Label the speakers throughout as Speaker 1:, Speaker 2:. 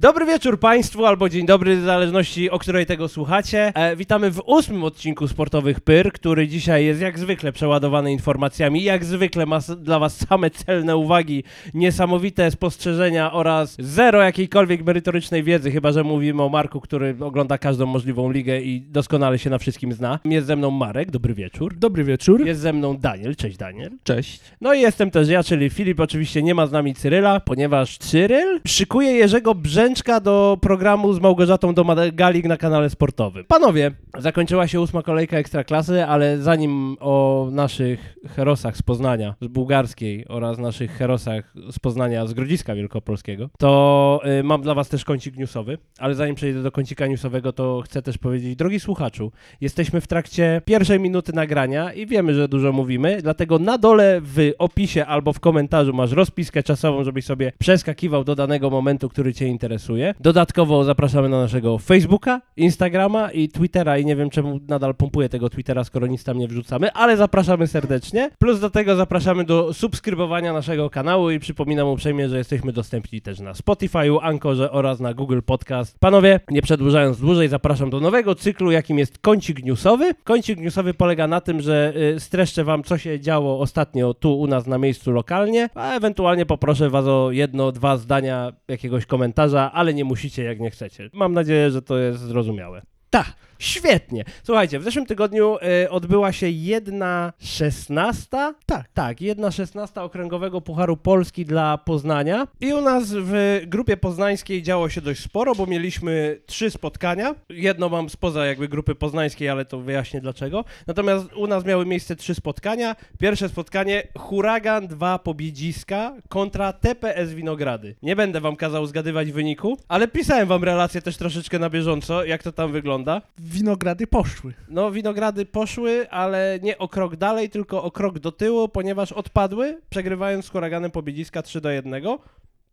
Speaker 1: Dobry wieczór Państwu, albo dzień dobry, w zależności o której tego słuchacie. E, witamy w ósmym odcinku Sportowych Pyr, który dzisiaj jest jak zwykle przeładowany informacjami. Jak zwykle ma s- dla Was same celne uwagi, niesamowite spostrzeżenia oraz zero jakiejkolwiek merytorycznej wiedzy, chyba że mówimy o Marku, który ogląda każdą możliwą ligę i doskonale się na wszystkim zna. Jest ze mną Marek, dobry wieczór.
Speaker 2: Dobry wieczór.
Speaker 1: Jest ze mną Daniel, cześć Daniel.
Speaker 2: Cześć.
Speaker 1: No i jestem też ja, czyli Filip. Oczywiście nie ma z nami Cyryla, ponieważ Cyryl szykuje Jerzego Brzęczka do programu z Małgorzatą Domagalik na kanale sportowym. Panowie, zakończyła się ósma kolejka Ekstraklasy, ale zanim o naszych herosach z Poznania, z bułgarskiej oraz naszych herosach z Poznania, z Grodziska Wielkopolskiego, to y, mam dla was też kącik newsowy, ale zanim przejdę do kącika newsowego, to chcę też powiedzieć, drogi słuchaczu, Jesteśmy w trakcie pierwszej minuty nagrania i wiemy, że dużo mówimy, dlatego na dole w opisie albo w komentarzu masz rozpiskę czasową, żebyś sobie przeskakiwał do danego momentu, który Cię interesuje. Dodatkowo zapraszamy na naszego Facebooka, Instagrama i Twittera i nie wiem czemu nadal pompuję tego Twittera, skoro nic tam nie wrzucamy, ale zapraszamy serdecznie. Plus do tego zapraszamy do subskrybowania naszego kanału i przypominam uprzejmie, że jesteśmy dostępni też na Spotify, Ankorze oraz na Google Podcast. Panowie, nie przedłużając dłużej, zapraszam do nowego cyklu, jakim jest kącik newsowy. Kącik newsowy polega na tym, że y, streszczę wam, co się działo ostatnio tu u nas na miejscu lokalnie, a ewentualnie poproszę was o jedno, dwa zdania jakiegoś komentarza, ale nie musicie, jak nie chcecie. Mam nadzieję, że to jest zrozumiałe. Tak, świetnie. Słuchajcie, w zeszłym tygodniu y, odbyła się jedna szesnasta, tak, tak, jedna szesnasta okręgowego Pucharu Polski dla Poznania i u nas w grupie poznańskiej działo się dość sporo, bo mieliśmy trzy spotkania. Jedno mam spoza jakby grupy poznańskiej, ale to wyjaśnię dlaczego. Natomiast u nas miały miejsce trzy spotkania. Pierwsze spotkanie Huragan 2 Pobiedziska kontra TPS Winogrady. Nie będę wam kazał zgadywać wyniku, ale pisałem wam relację też troszeczkę na bieżąco, jak to tam wygląda.
Speaker 2: Winogrady poszły.
Speaker 1: No, winogrady poszły, ale nie o krok dalej, tylko o krok do tyłu, ponieważ odpadły, przegrywając z huraganem pobiedziska 3 do 1.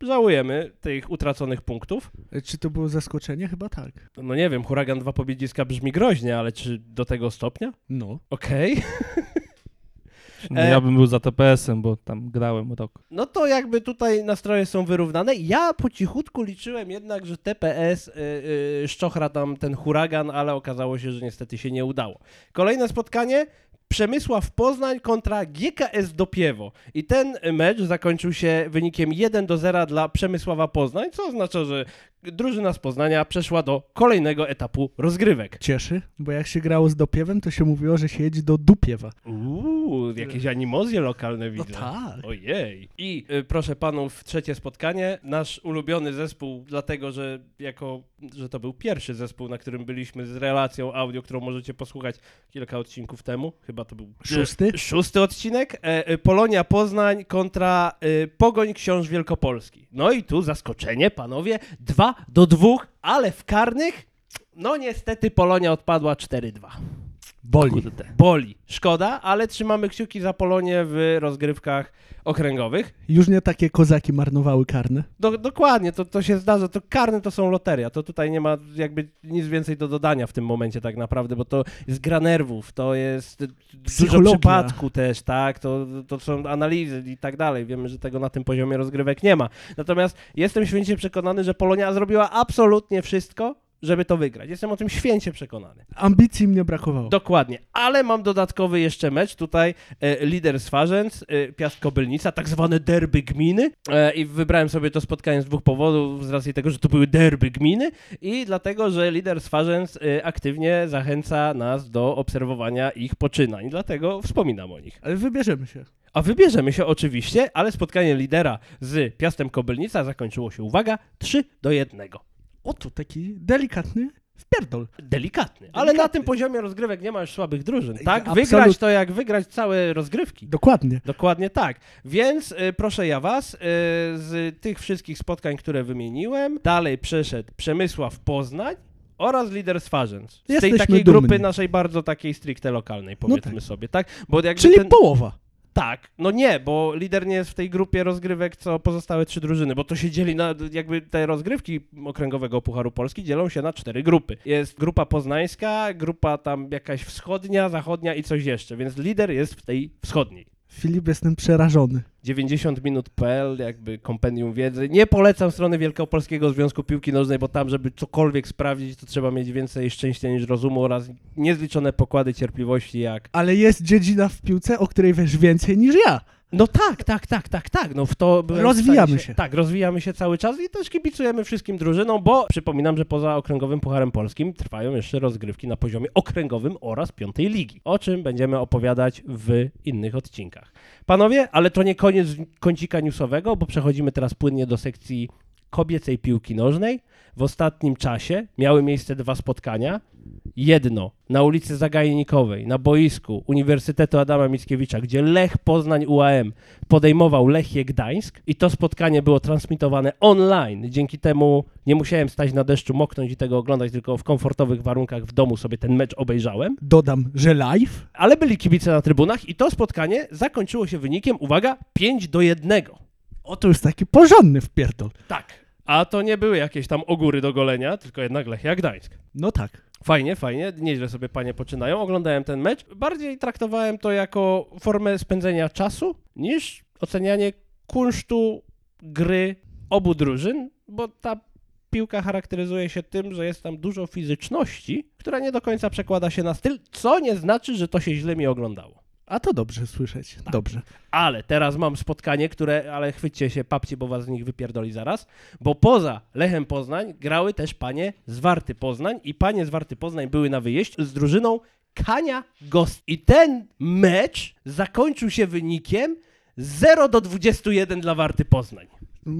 Speaker 1: Żałujemy tych utraconych punktów.
Speaker 2: E, Czy to było zaskoczenie? Chyba tak.
Speaker 1: No nie wiem, huragan 2 pobiedziska brzmi groźnie, ale czy do tego stopnia?
Speaker 2: No.
Speaker 1: Okej.
Speaker 3: No,
Speaker 1: E,
Speaker 3: Ja bym był za TPS-em, bo tam grałem rok.
Speaker 1: No to jakby tutaj nastroje są wyrównane. Ja po cichutku liczyłem jednak, że TPS y, y, szczochra tam ten huragan, ale okazało się, że niestety się nie udało. Kolejne spotkanie Przemysław Poznań kontra GKS Dopiewo. I ten mecz zakończył się wynikiem 1 do 0 dla Przemysława Poznań, co oznacza, że drużyna z Poznania przeszła do kolejnego etapu rozgrywek.
Speaker 2: Cieszy, bo jak się grało z dopiewem, to się mówiło, że się jedzie do dupiewa.
Speaker 1: Uuu, jakieś animozje lokalne widzę.
Speaker 2: tak.
Speaker 1: Ojej. I y, proszę panów, trzecie spotkanie. Nasz ulubiony zespół, dlatego że jako, że to był pierwszy zespół, na którym byliśmy z relacją audio, którą możecie posłuchać kilka odcinków temu. Chyba to był
Speaker 2: Szósty?
Speaker 1: e, szósty odcinek. E, e, Polonia Poznań kontra e, Pogoń Książ Wielkopolski. No i tu zaskoczenie, panowie. 2 do 2, ale w karnych, no niestety Polonia odpadła 4-2.
Speaker 2: Boli.
Speaker 3: Kurde.
Speaker 1: Boli. Szkoda, ale trzymamy kciuki za Polonię w rozgrywkach okręgowych.
Speaker 2: Już nie takie kozaki marnowały karne.
Speaker 1: Do, dokładnie, to, to się zdarza. To karne to są loteria. To tutaj nie ma jakby nic więcej do dodania w tym momencie tak naprawdę, bo to jest gra nerwów, to jest dużo
Speaker 2: Psychologia.
Speaker 1: przypadku też, tak? To, to są analizy i tak dalej. Wiemy, że tego na tym poziomie rozgrywek nie ma. Natomiast jestem święcie przekonany, że Polonia zrobiła absolutnie wszystko, żeby to wygrać. Jestem o tym święcie przekonany.
Speaker 2: Ambicji im nie brakowało.
Speaker 1: Dokładnie, ale mam dodatkowy jeszcze mecz tutaj, e, lider z Farzęc, e, Piast Kobylnica, tak zwane derby gminy e, i wybrałem sobie to spotkanie z dwóch powodów, z racji tego, że to były derby gminy i dlatego, że lider z Farzęc e, aktywnie zachęca nas do obserwowania ich poczynań, dlatego wspominam o nich.
Speaker 2: Ale wybierzemy się.
Speaker 1: A wybierzemy się oczywiście, ale spotkanie lidera z Piastem Kobylnica zakończyło się, uwaga, 3 do 1.
Speaker 2: O, to taki delikatny wpierdol.
Speaker 1: Delikatny, ale
Speaker 2: Delikatny.
Speaker 1: na tym poziomie rozgrywek nie ma już słabych drużyn, tak?
Speaker 2: Absolut-
Speaker 1: Wygrać to jak wygrać całe rozgrywki.
Speaker 2: Dokładnie.
Speaker 1: Dokładnie tak. Więc y, proszę ja was, y, z tych wszystkich spotkań, które wymieniłem, dalej przeszedł Przemysław Poznań oraz lider z Farzęc. Z tej
Speaker 2: Jesteśmy
Speaker 1: takiej
Speaker 2: dumni.
Speaker 1: grupy naszej bardzo takiej stricte lokalnej, powiedzmy
Speaker 2: tak.
Speaker 1: sobie, tak? Bo jakby
Speaker 2: Czyli
Speaker 1: ten...
Speaker 2: połowa.
Speaker 1: Tak, no nie, bo lider nie jest w tej grupie rozgrywek, co pozostałe trzy drużyny, bo to się dzieli na, jakby te rozgrywki Okręgowego Pucharu Polski dzielą się na cztery grupy. Jest grupa poznańska, grupa tam jakaś wschodnia, zachodnia i coś jeszcze, więc lider jest w tej wschodniej.
Speaker 2: Filip, jestem przerażony.
Speaker 1: 90 minut.pl, jakby kompendium wiedzy. Nie polecam strony Wielkopolskiego Związku Piłki Nożnej, bo tam, żeby cokolwiek sprawdzić, to trzeba mieć więcej szczęścia niż rozumu oraz niezliczone pokłady cierpliwości jak...
Speaker 2: Ale jest dziedzina w piłce, o której wiesz więcej niż ja.
Speaker 1: No tak, tak, tak, tak, tak. No w to byłem w
Speaker 2: Rozwijamy
Speaker 1: stanie
Speaker 2: się.
Speaker 1: Tak, rozwijamy się cały czas i też kibicujemy wszystkim drużynom, bo przypominam, że poza okręgowym Pucharem Polskim trwają jeszcze rozgrywki na poziomie okręgowym oraz piątej ligi, o czym będziemy opowiadać w innych odcinkach. Panowie, ale to nie koniec kącika newsowego, bo przechodzimy teraz płynnie do sekcji kobiecej piłki nożnej. W ostatnim czasie miały miejsce dwa spotkania. Jedno na ulicy Zagajnikowej, na boisku Uniwersytetu Adama Mickiewicza, gdzie Lech Poznań UAM podejmował Lechie Gdańsk i to spotkanie było transmitowane online. Dzięki temu nie musiałem stać na deszczu, moknąć i tego oglądać, tylko w komfortowych warunkach w domu sobie ten mecz obejrzałem.
Speaker 2: Dodam, że live.
Speaker 1: Ale byli kibice na trybunach i to spotkanie zakończyło się wynikiem, uwaga, 5 do 1.
Speaker 2: O, to już taki porządny wpierdol.
Speaker 1: Tak. A to nie były jakieś tam ogóry do golenia, tylko jednak Lechia Gdańsk.
Speaker 2: No tak.
Speaker 1: Fajnie, fajnie, nieźle sobie panie poczynają. Oglądałem ten mecz. Bardziej traktowałem to jako formę spędzenia czasu niż ocenianie kunsztu gry obu drużyn, bo ta piłka charakteryzuje się tym, że jest tam dużo fizyczności, która nie do końca przekłada się na styl, co nie znaczy, że to się źle mi oglądało.
Speaker 2: A to dobrze słyszeć. Dobrze.
Speaker 1: Ale teraz mam spotkanie, które, ale chwyćcie się papci, bo was z nich wypierdoli zaraz, bo poza Lechem Poznań grały też panie z Warty Poznań i panie z Warty Poznań były na wyjeździe z drużyną Kania Gost. I ten mecz zakończył się wynikiem 0 do 21 dla Warty Poznań.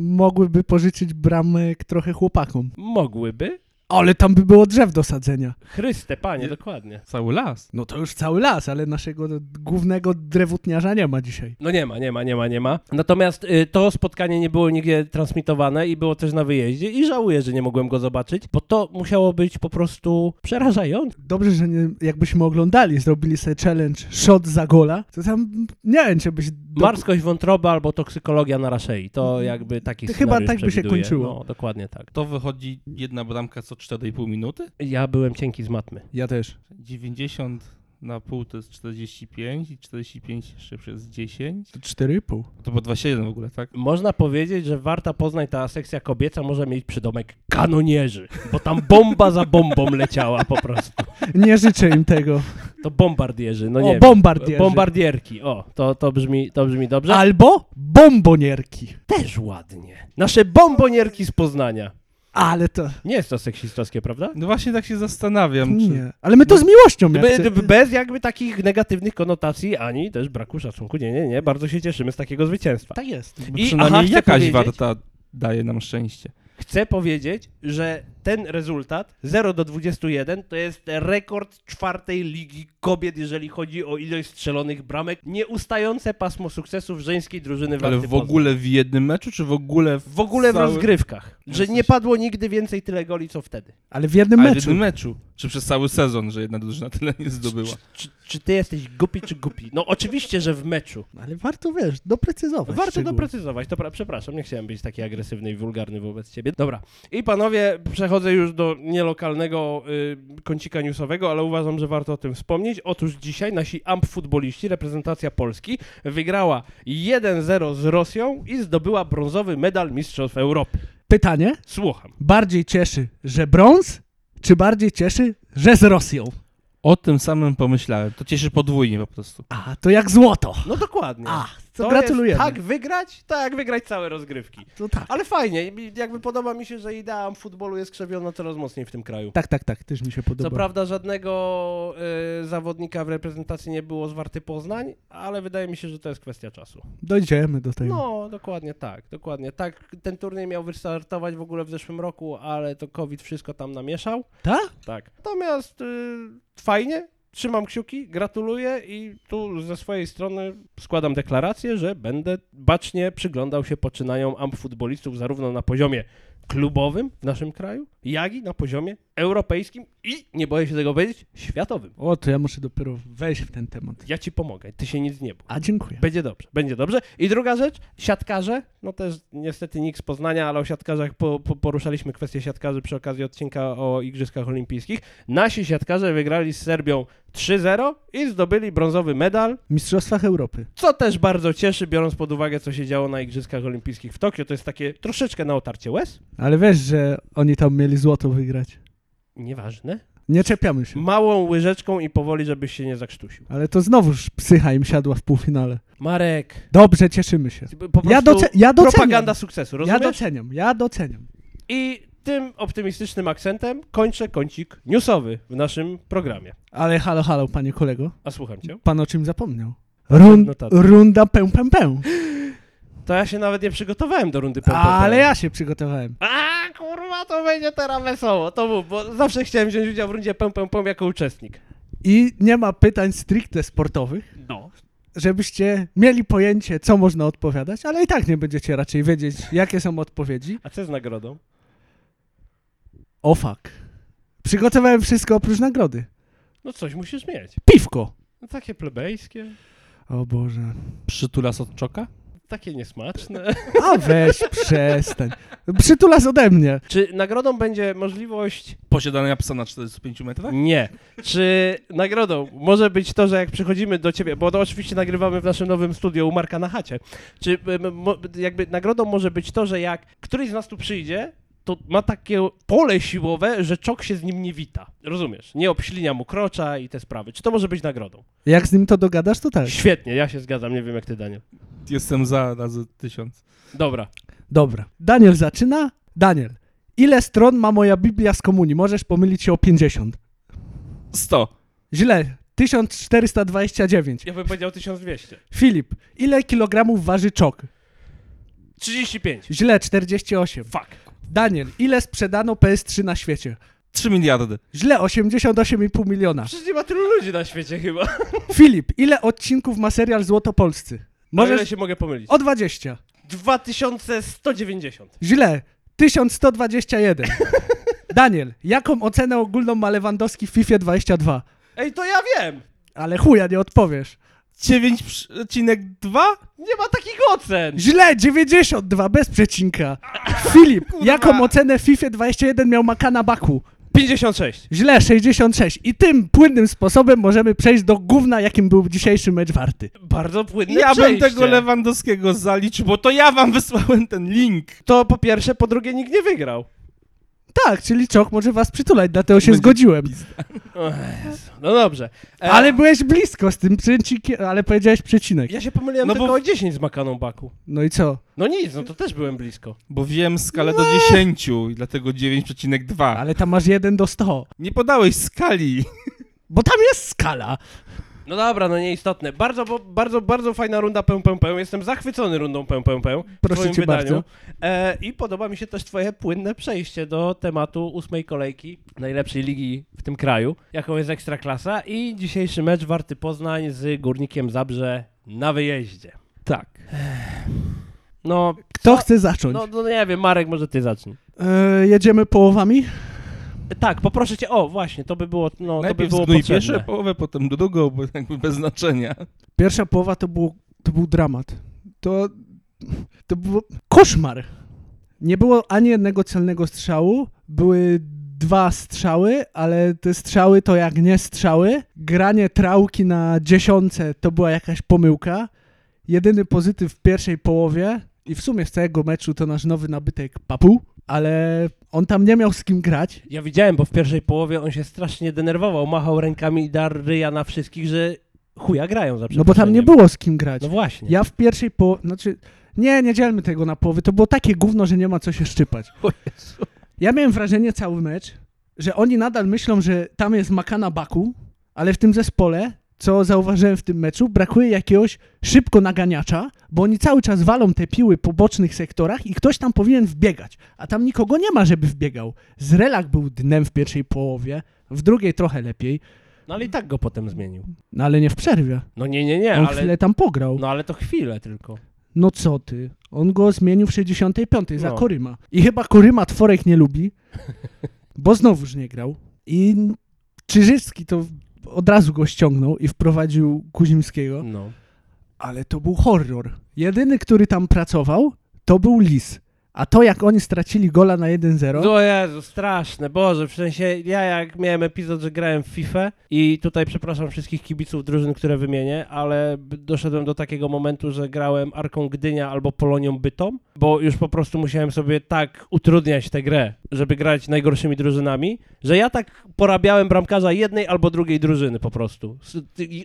Speaker 2: Mogłyby pożyczyć bramek trochę chłopakom.
Speaker 1: Mogłyby?
Speaker 2: Ale tam by było drzew do sadzenia.
Speaker 1: Chryste, panie, dokładnie.
Speaker 3: Cały las.
Speaker 2: No to już cały las, ale naszego głównego drewutniarza nie ma dzisiaj.
Speaker 1: No nie ma, nie ma, nie ma, nie ma. Natomiast y, to spotkanie nie było nigdzie transmitowane i było też na wyjeździe i żałuję, że nie mogłem go zobaczyć, bo to musiało być po prostu przerażające.
Speaker 2: Dobrze, że nie, jakbyśmy oglądali, zrobili sobie challenge shot za gola, to tam nie wiem, czy byś... do-
Speaker 1: Marskość wątroba albo toksykologia na raszei. To jakby taki
Speaker 2: Mhm. To chyba
Speaker 1: scenariusz
Speaker 2: tak by się
Speaker 1: przewiduje.
Speaker 2: kończyło.
Speaker 1: No, dokładnie tak.
Speaker 3: To wychodzi jedna bramka co 4,5 minuty?
Speaker 1: Ja byłem cienki z matmy.
Speaker 2: Ja też.
Speaker 3: 90 na pół to jest 45 i 45 jeszcze przez 10.
Speaker 2: To 4,5.
Speaker 3: To było 27 w ogóle, tak?
Speaker 1: Można powiedzieć, że warta Poznań, ta sekcja kobieca może mieć przydomek kanonierzy, bo tam bomba za bombą leciała po prostu.
Speaker 2: Nie życzę im tego.
Speaker 1: To bombardierzy, no nie
Speaker 2: o,
Speaker 1: wiem.
Speaker 2: bombardierzy.
Speaker 1: Bombardierki, o, to, to, brzmi, to brzmi dobrze.
Speaker 2: Albo bombonierki.
Speaker 1: też ładnie. Nasze bombonierki z Poznania.
Speaker 2: Ale to...
Speaker 1: Nie jest to seksistowskie, prawda?
Speaker 3: No właśnie tak się zastanawiam, czy...
Speaker 2: Nie. Ale my to z miłością jak
Speaker 1: Be,
Speaker 2: chce-
Speaker 1: bez jakby takich negatywnych konotacji, ani też braku szacunku. Nie, nie, nie. Bardzo się cieszymy z takiego zwycięstwa.
Speaker 2: Tak jest.
Speaker 3: Bo
Speaker 1: I-
Speaker 3: przynajmniej
Speaker 1: aha, chcę
Speaker 3: jakaś
Speaker 1: powiedzieć-
Speaker 3: warta daje nam szczęście.
Speaker 1: Chcę powiedzieć, że ten rezultat 0 do 21 to jest rekord czwartej ligi kobiet, jeżeli chodzi o ilość strzelonych bramek. Nieustające pasmo sukcesów żeńskiej drużyny
Speaker 3: Ale
Speaker 1: Warty
Speaker 3: w
Speaker 1: Poznań.
Speaker 3: ogóle w jednym meczu, czy w ogóle w,
Speaker 1: w ogóle w
Speaker 3: cały-
Speaker 1: rozgrywkach, że
Speaker 3: Jesteś-
Speaker 1: nie padło nigdy więcej tyle goli co wtedy.
Speaker 2: Ale w jednym
Speaker 3: Ale w
Speaker 2: meczu.
Speaker 3: jednym meczu? Czy przez cały sezon, że jedna drużyna tyle nie zdobyła?
Speaker 1: Czy, czy ty jesteś głupi czy głupi? No oczywiście, że w meczu.
Speaker 2: Ale warto, wiesz, doprecyzować.
Speaker 1: Warto
Speaker 2: szczegóły.
Speaker 1: doprecyzować, to pra- przepraszam, nie chciałem być taki agresywny i wulgarny wobec ciebie. Dobra, i panowie, przechodzę już do nielokalnego y, kącika newsowego, ale uważam, że warto o tym wspomnieć. Otóż dzisiaj nasi amp futboliści, reprezentacja Polski, wygrała 1-0 z Rosją i zdobyła brązowy medal Mistrzostw Europy.
Speaker 2: Pytanie?
Speaker 1: Słucham.
Speaker 2: Bardziej cieszy, że brąz, czy bardziej cieszy, że z Rosją?
Speaker 3: O tym samym pomyślałem. To cieszy podwójnie po prostu.
Speaker 2: A, to jak złoto.
Speaker 1: No dokładnie.
Speaker 2: A, to,
Speaker 1: to
Speaker 2: gratulujemy.
Speaker 1: Jest tak wygrać, tak wygrać całe rozgrywki.
Speaker 2: to tak.
Speaker 1: Ale fajnie, mi- jakby podoba mi się, że idea futbolu jest krzewiona coraz mocniej w tym kraju.
Speaker 2: Tak, tak, tak, też mi się podoba.
Speaker 1: Co prawda żadnego y, zawodnika w reprezentacji nie było z Warty Poznań, ale wydaje mi się, że to jest kwestia czasu.
Speaker 2: Dojdziemy do tego.
Speaker 1: No, dokładnie tak, dokładnie tak. Ten turniej miał wystartować w ogóle w zeszłym roku, ale to COVID wszystko tam namieszał.
Speaker 2: Tak?
Speaker 1: Tak. Natomiast y, fajnie, trzymam kciuki, gratuluję i tu ze swojej strony składam deklarację, że będę bacznie przyglądał się poczynaniom amp futbolistów zarówno na poziomie klubowym w naszym kraju, Jagi na poziomie europejskim i, nie boję się tego powiedzieć, światowym.
Speaker 2: O, to ja muszę dopiero wejść w ten temat.
Speaker 1: Ja ci pomogę, ty się nic nie bój.
Speaker 2: A dziękuję.
Speaker 1: Będzie dobrze, będzie dobrze. I druga rzecz, siatkarze. No też niestety nikt z Poznania, ale o siatkarzach po, po, poruszaliśmy kwestię siatkarzy przy okazji odcinka o Igrzyskach Olimpijskich. Nasi siatkarze wygrali z Serbią 3-0 i zdobyli brązowy medal,
Speaker 2: W Mistrzostwach Europy.
Speaker 1: co też bardzo cieszy, biorąc pod uwagę, co się działo na Igrzyskach Olimpijskich w Tokio. To jest takie troszeczkę na otarcie łez.
Speaker 2: Ale wiesz, że oni tam mieli złoto wygrać.
Speaker 1: Nieważne.
Speaker 2: Nie czepiamy się.
Speaker 1: Małą łyżeczką i powoli, żebyś się nie zakrztusił.
Speaker 2: Ale to znowuż psycha im siadła w półfinale.
Speaker 1: Marek,
Speaker 2: Dobrze, cieszymy się.
Speaker 1: po prostu
Speaker 2: Ja, doce- ja doceniam.
Speaker 1: propaganda sukcesu,
Speaker 2: ja
Speaker 1: rozumiesz?
Speaker 2: doceniam, ja doceniam.
Speaker 1: I tym optymistycznym akcentem kończę kącik newsowy w naszym programie.
Speaker 2: Ale halo, halo, panie kolego.
Speaker 1: A słucham cię.
Speaker 2: Pan o czym zapomniał? Rund,
Speaker 1: notatki.
Speaker 2: runda pę, pę, pę.
Speaker 1: To ja się nawet nie przygotowałem do rundy pom, pom, pom.
Speaker 2: Ale ja się przygotowałem.
Speaker 1: A kurwa, to będzie teraz wesoło. To mów, bo zawsze chciałem wziąć udział w rundzie pom, pom, pom jako uczestnik.
Speaker 2: I nie ma pytań stricte sportowych,
Speaker 1: No.
Speaker 2: żebyście mieli pojęcie, co można odpowiadać, ale i tak nie będziecie raczej wiedzieć, jakie są odpowiedzi.
Speaker 1: A co z nagrodą?
Speaker 2: O fuck. Przygotowałem wszystko oprócz nagrody.
Speaker 1: No coś musisz mieć.
Speaker 2: Piwko.
Speaker 1: No, takie plebejskie,
Speaker 2: O Boże.
Speaker 3: Przytulas od czoka?
Speaker 1: takie niesmaczne.
Speaker 2: A weź, przestań. Przytulas ode mnie.
Speaker 1: Czy nagrodą będzie możliwość...
Speaker 3: Posiadania psa na 45 metrach?
Speaker 1: Nie. Czy nagrodą może być to, że jak przychodzimy do ciebie, bo to oczywiście nagrywamy w naszym nowym studio u Marka na chacie, czy em, mo, jakby nagrodą może być to, że jak któryś z nas tu przyjdzie, to ma takie pole siłowe, że czok się z nim nie wita. Rozumiesz? Nie obślinia mu krocza i te sprawy. Czy to może być nagrodą?
Speaker 2: Jak z nim to dogadasz, to tak.
Speaker 1: Świetnie, ja się zgadzam, nie wiem jak ty, Daniel.
Speaker 3: Jestem za razy tysiąc.
Speaker 1: Dobra.
Speaker 2: Dobra. Daniel zaczyna. Daniel, ile stron ma moja Biblia z komunii? Możesz pomylić się o 50.
Speaker 3: 100.
Speaker 2: Źle. 1429.
Speaker 1: Ja bym powiedział 1200.
Speaker 2: Filip, ile kilogramów waży czok?
Speaker 1: 35.
Speaker 2: Źle. 48.
Speaker 1: Fuck.
Speaker 2: Daniel, ile sprzedano PS3 na świecie?
Speaker 3: 3 miliardy.
Speaker 2: Źle. 88,5 miliona.
Speaker 1: Przecież nie ma tylu ludzi na świecie chyba.
Speaker 2: Filip, ile odcinków ma serial Złotopolscy?
Speaker 1: Może
Speaker 2: Możesz...
Speaker 1: się mogę pomylić.
Speaker 2: O 20.
Speaker 1: 2190.
Speaker 2: Źle. 1121. Daniel, jaką ocenę ogólną ma Lewandowski w FIFA 22?
Speaker 1: Ej, to ja wiem!
Speaker 2: Ale chuja, nie odpowiesz.
Speaker 3: 9,2?
Speaker 1: Nie ma takich ocen!
Speaker 2: Źle, 92, bez przecinka. Filip, jaką ocenę w FIFA 21 miał Makana Baku?
Speaker 1: 56.
Speaker 2: Źle, 66. I tym płynnym sposobem możemy przejść do gówna, jakim był dzisiejszy mecz warty.
Speaker 1: Bardzo płynne
Speaker 3: Ja bym
Speaker 1: przejście.
Speaker 3: tego Lewandowskiego zaliczył, bo to ja wam wysłałem ten link.
Speaker 1: To po pierwsze, po drugie nikt nie wygrał.
Speaker 2: Tak, czyli Czok może was przytulać, dlatego się
Speaker 3: Będzie
Speaker 2: zgodziłem.
Speaker 1: No dobrze. E,
Speaker 2: Ale byłeś blisko z tym przecikiem, ale powiedziałeś przecinek.
Speaker 1: Ja się pomyliłem
Speaker 3: No bo-
Speaker 1: tylko o 10 z makaną baku.
Speaker 2: No i co?
Speaker 1: No nic, no to też byłem blisko.
Speaker 3: Bo wiem skalę do 10 i dlatego 9,2.
Speaker 2: Ale tam masz 1 do 100.
Speaker 3: Nie podałeś skali.
Speaker 2: Bo tam jest skala.
Speaker 1: No dobra, no nieistotne. Bardzo, bo, bardzo, bardzo fajna runda pę, pę, pę. Jestem zachwycony rundą pę, pę, pę. w
Speaker 2: Proszę
Speaker 1: twoim
Speaker 2: cię
Speaker 1: wydaniu.
Speaker 2: bardzo.
Speaker 1: E, I podoba mi się też twoje płynne przejście do tematu ósmej kolejki najlepszej ligi w tym kraju, jaką jest Ekstraklasa i dzisiejszy mecz Warty Poznań z Górnikiem Zabrze na wyjeździe.
Speaker 3: Tak.
Speaker 1: No,
Speaker 2: Kto chce zacząć?
Speaker 1: no, no nie wiem, Marek, może ty zacznij.
Speaker 2: E, jedziemy połowami?
Speaker 1: Tak, poproszę cię, o właśnie, to by było, no, to by
Speaker 3: Najpierw
Speaker 1: było
Speaker 3: zgnój
Speaker 1: potrzebne.
Speaker 3: pierwszą połowę, potem drugą, bo jakby bez znaczenia.
Speaker 2: Pierwsza połowa to, było, to był dramat. To, to był koszmar. Nie było ani jednego celnego strzału. Były dwa strzały, ale te strzały to jak nie strzały. Granie trałki na dziesiątce to była jakaś pomyłka. Jedyny pozytyw w pierwszej połowie i w sumie z całego meczu to nasz nowy nabytek Papu, ale on tam nie miał z kim grać.
Speaker 1: Ja widziałem, bo w pierwszej połowie on się strasznie denerwował, machał rękami i dar ryja na wszystkich, że chuja grają za
Speaker 2: No bo tam nie
Speaker 1: przeproszeniem.
Speaker 2: było z kim grać.
Speaker 1: No właśnie.
Speaker 2: Ja w pierwszej połowie, znaczy, nie, nie dzielmy tego na połowy, to było takie gówno, że nie ma co się szczypać. Ja miałem wrażenie cały mecz, że oni nadal myślą, że tam jest Makana Baku, ale w tym zespole, co zauważyłem w tym meczu, brakuje jakiegoś szybko naganiacza, bo oni cały czas walą te piły po bocznych sektorach i ktoś tam powinien wbiegać, a tam nikogo nie ma, żeby wbiegał. Zrelak był dnem w pierwszej połowie, w drugiej trochę lepiej,
Speaker 1: No ale i tak go potem zmienił.
Speaker 2: no ale nie w przerwie.
Speaker 1: No nie, nie, nie,
Speaker 2: On
Speaker 1: ale...
Speaker 2: chwilę tam pograł.
Speaker 1: No ale to chwilę tylko.
Speaker 2: No co ty? On go zmienił w 65 za
Speaker 1: No.
Speaker 2: Koryma. I chyba Koryma tworek nie lubi. bo znowuż nie grał. I Czyżywski to od razu go ściągnął i wprowadził Kuzimskiego,
Speaker 1: No.
Speaker 2: ale to był horror. Jedyny, który tam pracował, to był Lis. A to, jak oni stracili gola na 1-0,
Speaker 1: O No Jezu, straszne, Boże, w sensie ja jak miałem epizod, że grałem w FIFA i tutaj przepraszam wszystkich kibiców drużyn, które wymienię, ale b- doszedłem do takiego momentu, że grałem Arką Gdynia albo Polonią Bytom, bo już po prostu musiałem sobie tak utrudniać tę grę, żeby grać najgorszymi drużynami, że ja tak porabiałem bramkarza jednej albo drugiej drużyny po prostu. S- ty- i-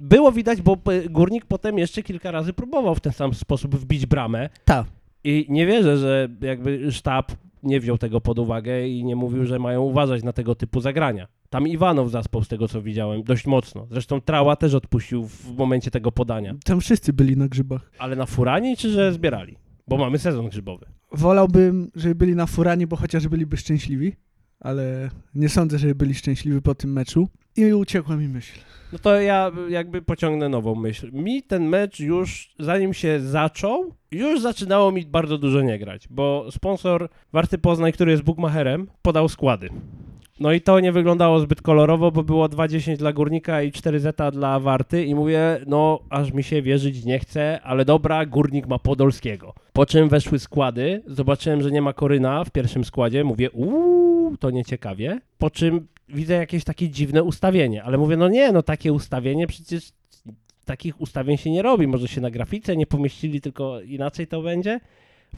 Speaker 1: Było widać, bo p- Górnik potem jeszcze kilka razy próbował w ten sam sposób wbić bramę,
Speaker 2: ta.
Speaker 1: i nie wierzę, że jakby sztab nie wziął tego pod uwagę i nie mówił, że mają uważać na tego typu zagrania. Tam Iwanow zaspał z tego, co widziałem, dość mocno. Zresztą Trała też odpuścił w momencie tego podania.
Speaker 2: Tam wszyscy byli na grzybach.
Speaker 1: Ale na furanie czy że zbierali? Bo mamy sezon grzybowy.
Speaker 2: Wolałbym, żeby byli na furanie, bo chociaż byliby szczęśliwi, ale nie sądzę, żeby byli szczęśliwi po tym meczu. I uciekła mi myśl.
Speaker 1: No to ja jakby pociągnę nową myśl. Mi ten mecz już, zanim się zaczął, już zaczynało mi bardzo dużo nie grać, bo sponsor Warty Poznań, który jest bookmacherem, podał składy. No i to nie wyglądało zbyt kolorowo, bo było 2,10 dla Górnika i 4 zeta dla Warty i mówię, no aż mi się wierzyć nie chce, ale dobra, Górnik ma Podolskiego. Po czym weszły składy, zobaczyłem, że nie ma Koryna w pierwszym składzie, mówię, uuu, to nieciekawie. Po czym widzę jakieś takie dziwne ustawienie, ale mówię, no nie, no takie ustawienie przecież takich ustawień się nie robi, może się na grafice nie pomieścili, tylko inaczej to będzie.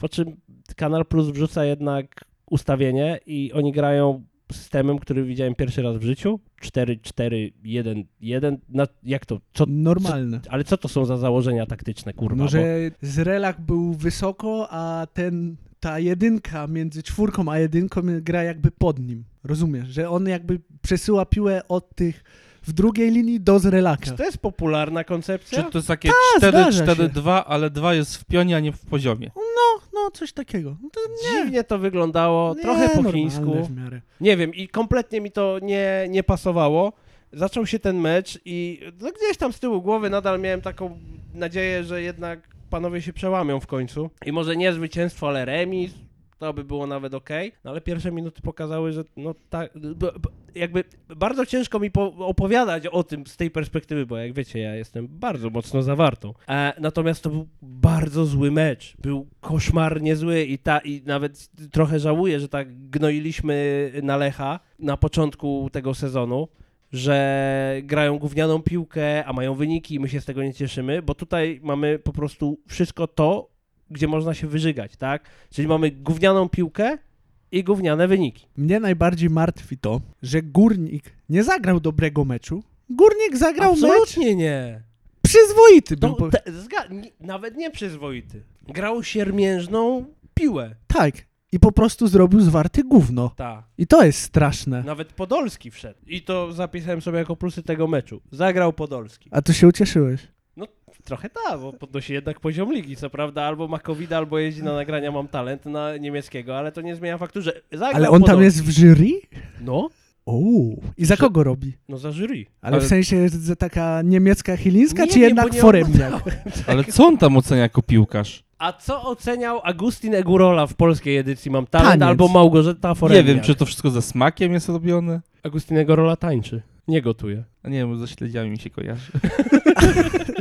Speaker 1: Po czym Kanal Plus wrzuca jednak ustawienie i oni grają systemem, który widziałem pierwszy raz w życiu. 4-4-1-1. Na- Jak to? Co,
Speaker 2: Normalne.
Speaker 1: ale co to są za założenia taktyczne, kurwa?
Speaker 2: No,
Speaker 1: Bo-
Speaker 2: że Zrelak był wysoko, a ten, ta jedynka między czwórką a jedynką gra jakby pod nim. Rozumiesz? Że on jakby przesyła piłę od tych w drugiej linii do
Speaker 1: Czy
Speaker 2: Zrelaka.
Speaker 1: to jest popularna koncepcja?
Speaker 3: Czy to jest takie
Speaker 2: zdarza
Speaker 3: 4-4-2, ale 2 jest w pionie, a nie w poziomie.
Speaker 2: No, coś takiego. No, to
Speaker 1: Dziwnie to wyglądało, trochę
Speaker 2: nie,
Speaker 1: po
Speaker 2: normalne
Speaker 1: chińsku.
Speaker 2: W miarę.
Speaker 1: Nie wiem, i kompletnie mi to nie, nie pasowało. Zaczął się ten mecz i no, gdzieś tam z tyłu głowy nadal miałem taką nadzieję, że jednak panowie się przełamią w końcu. I może nie zwycięstwo, ale remis. To by było nawet okej, no ale pierwsze minuty pokazały, że no tak, b- b- jakby bardzo ciężko mi po- opowiadać o tym z tej perspektywy, bo jak wiecie, ja jestem bardzo mocno zawartą. E, natomiast to był bardzo zły mecz, był koszmarnie zły i, ta, i nawet trochę żałuję, że tak gnoiliśmy na Lecha na początku tego sezonu, że grają gównianą piłkę, a mają wyniki i my się z tego nie cieszymy, bo tutaj mamy po prostu wszystko to, gdzie można się wyżygać, tak? Czyli mamy gównianą piłkę i gówniane wyniki.
Speaker 2: Mnie najbardziej martwi to, że Górnik nie zagrał dobrego meczu. Górnik zagrał mecz
Speaker 1: Absolutnie nie.
Speaker 2: przyzwoity.
Speaker 1: To,
Speaker 2: bym powie-
Speaker 1: te, zga- ni- nawet nieprzyzwoity. Grał siermiężną piłę.
Speaker 2: Tak. I po prostu zrobił zwarty gówno.
Speaker 1: Ta.
Speaker 2: I to jest straszne.
Speaker 1: Nawet Podolski wszedł. I to zapisałem sobie jako plusy tego meczu. Zagrał Podolski.
Speaker 2: A tu się ucieszyłeś.
Speaker 1: Trochę tak, bo podnosi jednak poziom ligi. Co prawda albo ma covid albo jeździ na nagrania Mam Talent na niemieckiego, ale to nie zmienia faktu, że zagrał
Speaker 2: Ale on tam
Speaker 1: Podolski.
Speaker 2: jest w jury?
Speaker 1: No,
Speaker 2: Uuu. I za kogo robi?
Speaker 1: no za jury.
Speaker 2: Ale,
Speaker 3: Ale-
Speaker 2: w sensie że taka niemiecka chińska,
Speaker 1: Nie
Speaker 2: czy
Speaker 1: wiem, bo
Speaker 2: jednak
Speaker 1: nie
Speaker 2: foremniak?
Speaker 3: Ale co on tam ocenia jako piłkarz?
Speaker 1: A co oceniał Agustin Egurola w polskiej edycji Mam Talent
Speaker 2: Taniec.
Speaker 1: albo Małgorzata
Speaker 3: Nie
Speaker 1: Foremniak?
Speaker 3: wiem, czy to wszystko ze smakiem jest robione.
Speaker 1: Agustin Egurola tańczy. Nie gotuje.
Speaker 3: A nie wiem, bo ze śledziami mi się kojarzy.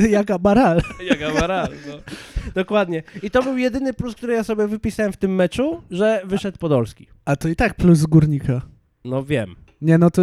Speaker 2: Jaka baral.
Speaker 1: Jaka maraz, no. Dokładnie. I to był jedyny plus, który ja sobie wypisałem w tym meczu, że wyszedł Podolski.
Speaker 2: A to i tak plus z górnika.
Speaker 1: No wiem.
Speaker 2: Nie, no to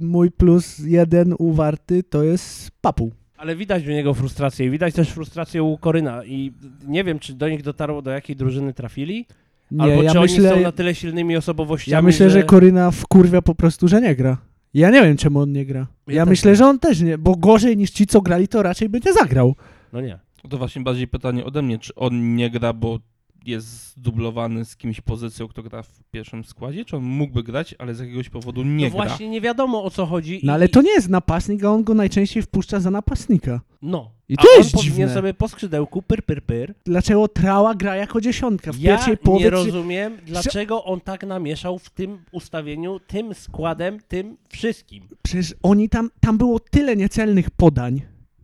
Speaker 2: mój plus jeden uwarty to jest papuł.
Speaker 1: Ale widać u niego frustrację i widać też frustrację u Koryna i nie wiem, czy do nich dotarło, do jakiej drużyny trafili,
Speaker 2: Nie,
Speaker 1: albo
Speaker 2: ja
Speaker 1: czy
Speaker 2: myślę,
Speaker 1: oni są na tyle silnymi osobowościami,
Speaker 2: ja myślę, że Koryna wkurwia po prostu, że nie gra. Ja nie wiem, czemu on nie gra.
Speaker 1: Ja
Speaker 2: Ja,
Speaker 1: też
Speaker 2: myślę,
Speaker 1: nie.
Speaker 2: że on też nie, bo gorzej niż ci, co grali, to raczej by nie zagrał.
Speaker 1: No nie.
Speaker 3: To właśnie bardziej pytanie ode mnie, czy on nie gra, bo jest zdublowany z kimś pozycją, kto gra w pierwszym składzie, czy on mógłby grać, ale z jakiegoś powodu nie
Speaker 1: no
Speaker 3: gra.
Speaker 1: właśnie nie wiadomo o co chodzi. i-
Speaker 2: No ale to nie jest napastnik, a on go najczęściej wpuszcza za napastnika.
Speaker 1: No.
Speaker 2: I
Speaker 1: A
Speaker 2: to
Speaker 1: on
Speaker 2: jest
Speaker 1: powinien
Speaker 2: dziwne.
Speaker 1: sobie po skrzydełku pyr, pyr, pyr.
Speaker 2: Dlaczego Trała gra jako dziesiątka w
Speaker 1: Ja
Speaker 2: pierwszej połowie?
Speaker 1: nie
Speaker 2: trzy-
Speaker 1: rozumiem, dlaczego on tak namieszał w tym ustawieniu, tym składem, tym wszystkim.
Speaker 2: Przecież oni tam, tam było tyle niecelnych podań.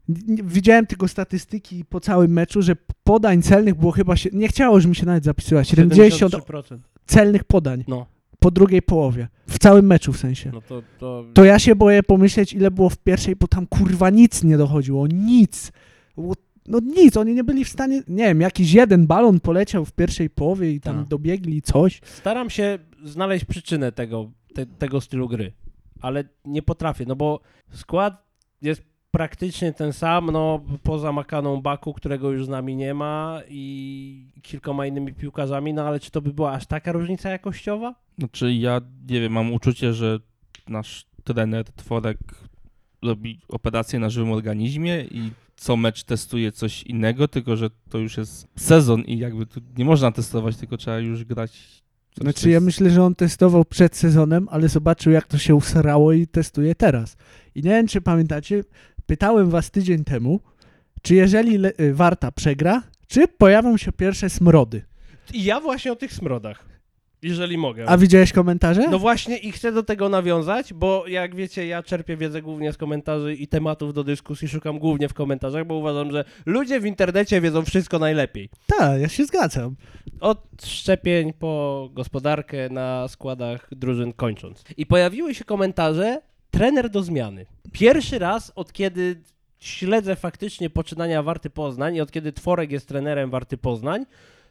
Speaker 2: N- nie- Widziałem tylko statystyki po całym meczu, że podań celnych było chyba, się, nie chciało już mi się nawet zapisywać, 70
Speaker 1: 73%.
Speaker 2: celnych podań.
Speaker 1: No.
Speaker 2: po drugiej połowie. W całym meczu w sensie.
Speaker 1: No to, to...
Speaker 2: To ja się boję pomyśleć, ile było w pierwszej, bo tam kurwa nic nie dochodziło. Nic. Było- No nic, oni nie byli w stanie. Nie wiem, jakiś jeden balon poleciał w pierwszej połowie i tam
Speaker 1: Tak.
Speaker 2: dobiegli coś.
Speaker 1: Staram się znaleźć przyczynę tego, te, tego stylu gry, ale nie potrafię, no bo skład jest praktycznie ten sam, no poza Makaną Baku, którego już z nami nie ma i kilkoma innymi piłkarzami, no ale czy to by była aż taka różnica jakościowa?
Speaker 3: Znaczy ja, nie wiem, mam uczucie, że nasz trener Tworek robi operacje na żywym organizmie i co mecz testuje coś innego, tylko że to już jest sezon i jakby tu nie można testować, tylko trzeba już grać. coś, co
Speaker 2: Znaczy, ja
Speaker 3: jest-
Speaker 2: myślę, że on testował przed sezonem, ale zobaczył, jak to się usrało i testuje teraz. I nie wiem, czy pamiętacie, pytałem was tydzień temu, czy jeżeli le- y, Warta przegra, czy pojawią się pierwsze smrody.
Speaker 1: I ja właśnie o tych smrodach, jeżeli mogę.
Speaker 2: A widziałeś komentarze?
Speaker 1: No właśnie i chcę do tego nawiązać, bo jak wiecie, ja czerpię wiedzę głównie z komentarzy i tematów do dyskusji szukam głównie w komentarzach, bo uważam, że ludzie w internecie wiedzą wszystko najlepiej.
Speaker 2: Tak, ja się zgadzam.
Speaker 1: od szczepień po gospodarkę na składach drużyn kończąc. I pojawiły się komentarze trener do zmiany. Pierwszy raz od kiedy śledzę faktycznie poczynania Warty Poznań i od kiedy Tworek jest trenerem Warty Poznań,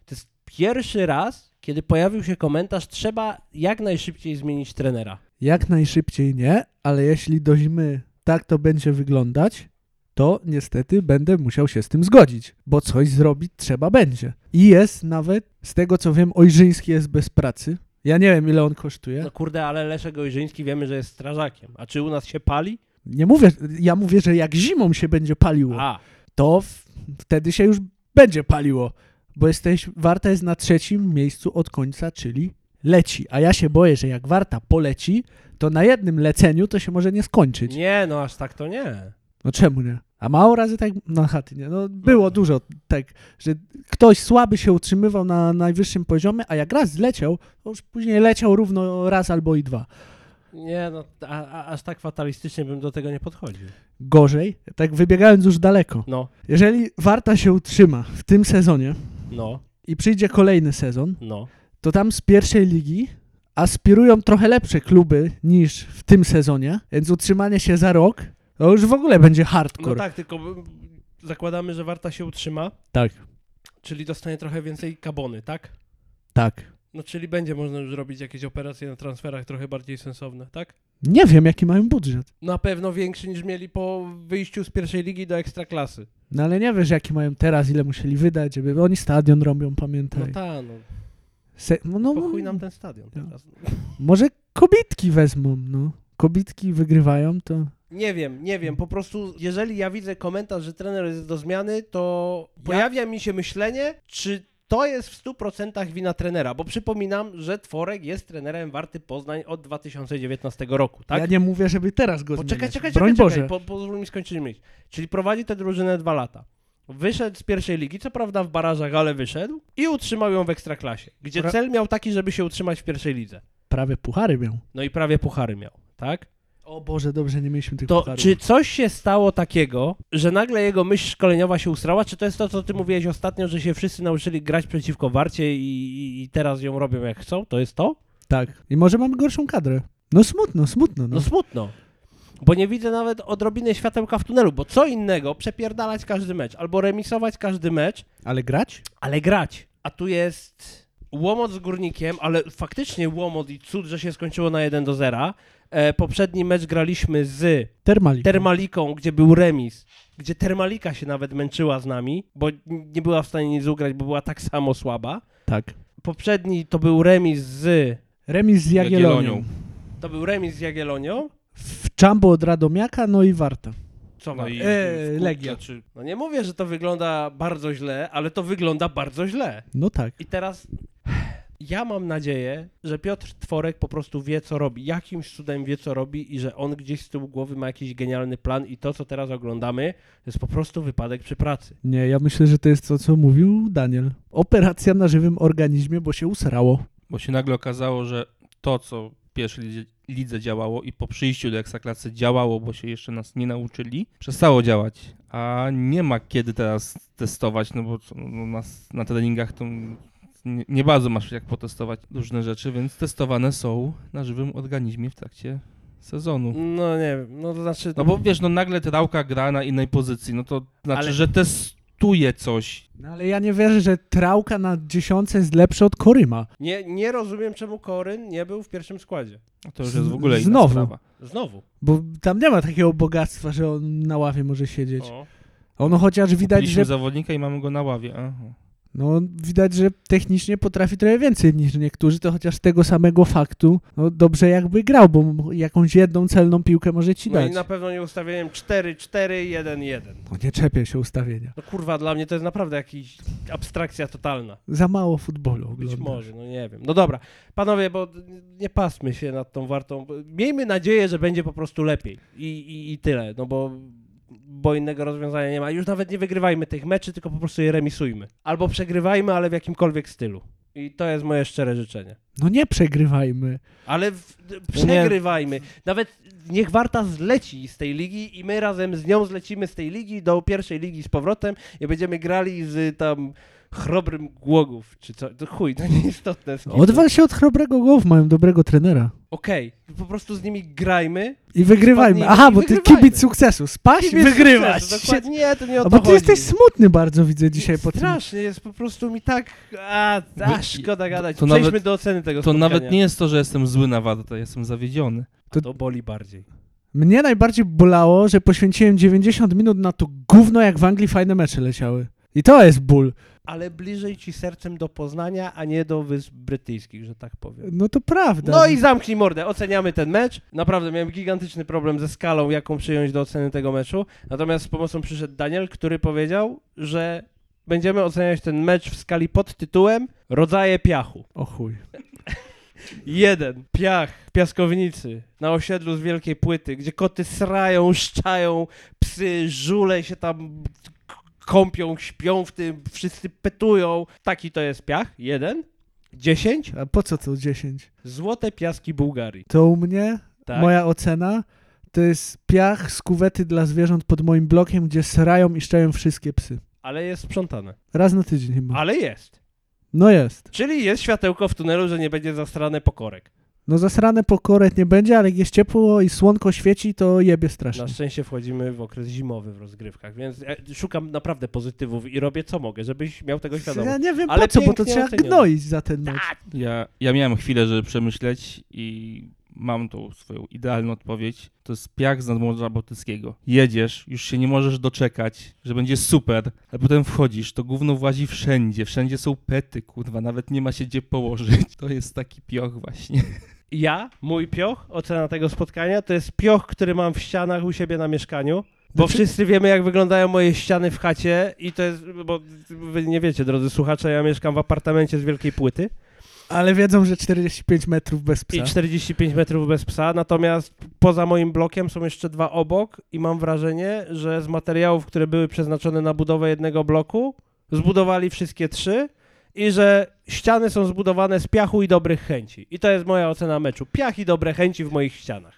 Speaker 1: to jest pierwszy raz, kiedy pojawił się komentarz trzeba jak najszybciej zmienić trenera.
Speaker 2: Jak najszybciej nie, ale jeśli do zimy tak to będzie wyglądać, to niestety będę musiał się z tym zgodzić, bo coś zrobić trzeba będzie. I jest nawet, z tego co wiem, Ojrzyński jest bez pracy. Ja nie wiem, ile on kosztuje.
Speaker 1: No kurde, ale Leszek Ojrzyński wiemy, że jest strażakiem. A czy u nas się pali?
Speaker 2: Nie mówię, ja mówię, że jak zimą się będzie paliło,
Speaker 1: A,
Speaker 2: to w, wtedy się już będzie paliło, bo jesteś, Warta jest na trzecim miejscu od końca, czyli leci. A ja się boję, że jak Warta poleci, to na jednym leceniu to się może nie skończyć.
Speaker 1: nie, no aż tak to nie.
Speaker 2: No czemu nie? A mało razy tak, no chaty nie, no było dużo tak, że ktoś słaby się utrzymywał na najwyższym poziomie, a jak raz zleciał, to już później leciał równo raz albo i dwa.
Speaker 1: Nie, no a, a, aż tak fatalistycznie bym do tego nie podchodził.
Speaker 2: Gorzej, tak wybiegając już daleko.
Speaker 1: No,
Speaker 2: Jeżeli Warta się utrzyma w tym sezonie
Speaker 1: no.
Speaker 2: i przyjdzie kolejny sezon,
Speaker 1: No.
Speaker 2: to tam z pierwszej ligi aspirują trochę lepsze kluby niż w tym sezonie, więc utrzymanie się za rok to już w ogóle będzie hardcore.
Speaker 1: No tak, tylko mm, zakładamy, że Warta się utrzyma,
Speaker 2: tak,
Speaker 1: czyli dostanie trochę więcej kabony, tak?
Speaker 2: tak.
Speaker 1: No czyli będzie można już robić jakieś operacje na transferach trochę bardziej sensowne, tak?
Speaker 2: Nie wiem, jaki mają budżet.
Speaker 1: Na pewno większy niż mieli po wyjściu z pierwszej ligi do ekstraklasy.
Speaker 2: No ale nie wiesz, jaki mają teraz, ile musieli wydać, żeby oni stadion robią,
Speaker 1: No
Speaker 2: pamiętaj.
Speaker 1: ta, no.
Speaker 2: Se- no, Tak. no,
Speaker 1: Po chuj nam ten stadion
Speaker 2: No.
Speaker 1: teraz.
Speaker 2: Może kobitki wezmą, no. Kobitki wygrywają, to...
Speaker 1: Nie wiem, nie wiem. Po prostu, jeżeli ja widzę komentarz, że trener jest do zmiany, to pojawia mi się myślenie, czy to jest w 100% wina trenera. Bo przypominam, że Tworek jest trenerem Warty Poznań od 2019 roku, tak?
Speaker 2: Ja nie mówię, żeby teraz go
Speaker 1: Poczekaj,
Speaker 2: zmieniać.
Speaker 1: czekaj,
Speaker 2: Broń
Speaker 1: czekaj,
Speaker 2: Boże.
Speaker 1: czekaj. Po, pozwól mi skończyć myśl. Czyli prowadzi tę drużynę dwa lata. Wyszedł z pierwszej ligi, co prawda w barażach, ale wyszedł i utrzymał ją w ekstraklasie, gdzie
Speaker 2: Pra-
Speaker 1: cel miał taki, żeby się utrzymać w pierwszej lidze.
Speaker 2: Prawie puchary miał.
Speaker 1: No i prawie puchary miał, tak?
Speaker 2: O Boże, dobrze, nie mieliśmy tych
Speaker 1: To
Speaker 2: pucharów.
Speaker 1: czy coś się stało takiego, że nagle jego myśl szkoleniowa się usrała? Czy to jest to, co ty mówiłeś ostatnio, że się wszyscy nauczyli grać przeciwko Warcie i, i, i teraz ją robią jak chcą? To jest to?
Speaker 2: Tak. I może mamy gorszą kadrę. No smutno, smutno. No.
Speaker 1: No smutno. Bo nie widzę nawet odrobiny światełka w tunelu, bo co innego przepierdalać każdy mecz albo remisować każdy mecz,
Speaker 2: Ale grać?
Speaker 1: ale grać. A tu jest Łomot z Górnikiem, ale faktycznie Łomot i cud, że się skończyło na 1 do 0. E, poprzedni mecz graliśmy z
Speaker 2: Termalik.
Speaker 1: Termaliką, gdzie był remis, gdzie Termalika się nawet męczyła z nami, bo n- nie była w stanie nic ugrać, bo była tak samo słaba.
Speaker 2: tak.
Speaker 1: Poprzedni to był remis z...
Speaker 2: Remis z Jagiellonią.
Speaker 3: Jagiellonią.
Speaker 1: To był remis z Jagiellonią.
Speaker 2: W Czambo od Radomiaka, no i Warta.
Speaker 1: Co
Speaker 3: No
Speaker 1: mam?
Speaker 3: i
Speaker 2: Eee,
Speaker 3: w znaczy, kurczę,
Speaker 2: Legia.
Speaker 3: Czy
Speaker 1: No nie mówię, że to wygląda bardzo źle, ale to wygląda bardzo źle.
Speaker 2: No tak.
Speaker 1: I teraz ja mam nadzieję, że Piotr Tworek po prostu wie, co robi. Jakimś cudem wie, co robi i że on gdzieś z tyłu głowy ma jakiś genialny plan i to, co teraz oglądamy, to jest po prostu wypadek przy pracy.
Speaker 2: Nie, ja myślę, że to jest to, co mówił Daniel. Operacja na żywym organizmie, bo się usrało.
Speaker 3: Bo się nagle okazało, że to, co w pierwszej lidze, lidze działało i po przyjściu do Ekstraklasy działało, bo się jeszcze nas nie nauczyli, przestało działać. A nie ma kiedy teraz testować, no bo co, no, nas na no treningach to nie, nie bardzo masz jak potestować różne rzeczy, więc testowane są na żywym organizmie w trakcie sezonu.
Speaker 1: No nie wiem, no to znaczy...
Speaker 3: No bo wiesz, no nagle trałka gra na innej pozycji, no to znaczy,
Speaker 1: Ale-
Speaker 3: że testuje coś.
Speaker 2: No ale ja nie wierzę, że trałka na dziesiątce jest lepsza od Koryma.
Speaker 1: Nie, nie rozumiem, czemu Koryn nie był w pierwszym składzie.
Speaker 3: No to już
Speaker 2: Z-
Speaker 3: jest w ogóle inna
Speaker 2: znowu.
Speaker 3: sprawa.
Speaker 1: Znowu.
Speaker 2: Bo tam nie ma takiego bogactwa, że on na ławie może siedzieć.
Speaker 1: O.
Speaker 2: Ono chociaż widać,
Speaker 3: Byliśmy
Speaker 2: że,
Speaker 3: zawodnika i mamy go na ławie. Aha.
Speaker 2: no, widać, że technicznie potrafi trochę więcej niż niektórzy, to chociaż z tego samego faktu no, dobrze jakby grał, bo mu jakąś jedną celną piłkę może ci
Speaker 1: No i
Speaker 2: dać.
Speaker 1: na pewno nie ustawieniem 4-4-1-1.
Speaker 2: No nie czepię się ustawienia.
Speaker 1: No kurwa, dla mnie to jest naprawdę jakaś abstrakcja totalna.
Speaker 2: Za mało futbolu
Speaker 1: Być
Speaker 2: oglądasz.
Speaker 1: może, no nie wiem. No dobra, panowie, bo nie pasmy się nad tą wartą. Miejmy nadzieję, że będzie po prostu lepiej. I, i, i tyle, no bo, bo innego rozwiązania nie ma. Już nawet nie wygrywajmy tych meczy, tylko po prostu je remisujmy. Albo przegrywajmy, ale w jakimkolwiek stylu. I to jest moje szczere życzenie.
Speaker 2: No nie przegrywajmy.
Speaker 1: Ale w, przegrywajmy. Nawet niech Warta zleci z tej ligi i my razem z nią zlecimy z tej ligi do pierwszej ligi z powrotem i będziemy grali z tam chrobrym Głogów, czy co? To chuj, to nieistotne. z kim.
Speaker 2: Odwal się od chrobrego głów, mają dobrego trenera.
Speaker 1: Okej, po prostu z nimi grajmy.
Speaker 2: I wygrywajmy.
Speaker 1: Spadnijmy
Speaker 2: Aha,
Speaker 1: i
Speaker 2: bo ty
Speaker 1: wygrywajmy.
Speaker 2: kibic sukcesu. Spaść,
Speaker 1: Kibic
Speaker 2: wygrywać.
Speaker 1: sukcesu, Dokładnie, nie, to nie o
Speaker 2: A
Speaker 1: to
Speaker 2: bo ty
Speaker 1: chodzi.
Speaker 2: jesteś smutny bardzo, widzę dzisiaj po tym.
Speaker 1: Strasznie, jest po prostu mi tak... A, a
Speaker 3: Wy-
Speaker 1: szkoda gadać.
Speaker 3: to
Speaker 1: Przejdźmy
Speaker 3: nawet-
Speaker 1: do oceny tego
Speaker 3: To
Speaker 1: spotkania.
Speaker 3: nawet nie jest to, że jestem zły na wadę, to jestem zawiedziony.
Speaker 1: To... to boli bardziej.
Speaker 2: Mnie najbardziej bolało, że poświęciłem 90 minut na to gówno, jak w Anglii fajne mecze leciały. I to jest ból.
Speaker 1: Ale bliżej ci sercem do Poznania, a nie do Wysp Brytyjskich, że tak powiem.
Speaker 2: No to prawda.
Speaker 1: No i zamknij mordę, oceniamy ten mecz. Naprawdę miałem gigantyczny problem ze skalą, jaką przyjąć do oceny tego meczu. Natomiast z pomocą przyszedł Daniel, który powiedział, że będziemy oceniać ten mecz w skali pod tytułem Rodzaje piachu.
Speaker 2: O chuj.
Speaker 1: Jeden, piach, w piaskownicy, na osiedlu z wielkiej płyty, gdzie koty srają, szczają, psy, żule się tam k- kąpią, śpią w tym, wszyscy petują. Taki to jest piach, jeden. Dziesięć,
Speaker 2: A po co to 10?
Speaker 1: złote piaski Bułgarii.
Speaker 2: To u mnie,
Speaker 1: Tak.
Speaker 2: moja ocena, to jest piach z kuwety dla zwierząt pod moim blokiem, gdzie srają i szczają wszystkie psy.
Speaker 1: Ale jest sprzątane.
Speaker 2: Raz na tydzień chyba.
Speaker 1: Ale jest.
Speaker 2: No jest.
Speaker 1: Czyli jest światełko w tunelu, że nie będzie zastrane pokorek.
Speaker 2: No zasrane po koret nie będzie, ale jak jest ciepło i słonko świeci, to jebie strasznie.
Speaker 1: Na szczęście wchodzimy w okres zimowy w rozgrywkach, więc e, szukam naprawdę pozytywów i robię co mogę, żebyś miał tego
Speaker 2: Ja
Speaker 1: świadomość.
Speaker 2: nie wiem
Speaker 1: No, Ale
Speaker 2: po co, bo to
Speaker 1: pięknie
Speaker 2: trzeba
Speaker 1: ocenione. Tak.
Speaker 2: gnoić za ten mecz.
Speaker 3: Ja, ja miałem chwilę, żeby przemyśleć i mam tą swoją idealną odpowiedź. To jest piach z nadmorza bałtyckiego. Jedziesz, już się nie możesz doczekać, że będzie super, ale potem wchodzisz, to gówno włazi wszędzie, wszędzie są pety, kurwa, nawet nie ma się gdzie położyć. To jest taki pioch właśnie.
Speaker 1: Ja, mój pioch, ocena tego spotkania, to jest pioch, który mam w ścianach u siebie na mieszkaniu. Bo
Speaker 2: Znaczy-
Speaker 1: wszyscy wiemy, jak wyglądają moje ściany w chacie i to jest, bo wy nie wiecie, drodzy słuchacze, ja mieszkam w apartamencie z wielkiej płyty.
Speaker 2: Ale wiedzą, że 45 metrów bez psa.
Speaker 1: I 45 metrów bez psa, natomiast poza moim blokiem są jeszcze dwa obok i mam wrażenie, że z materiałów, które były przeznaczone na budowę jednego bloku, zbudowali wszystkie trzy i że ściany są zbudowane z piachu i dobrych chęci. I to jest moja ocena meczu. Piach i dobre chęci w moich ścianach.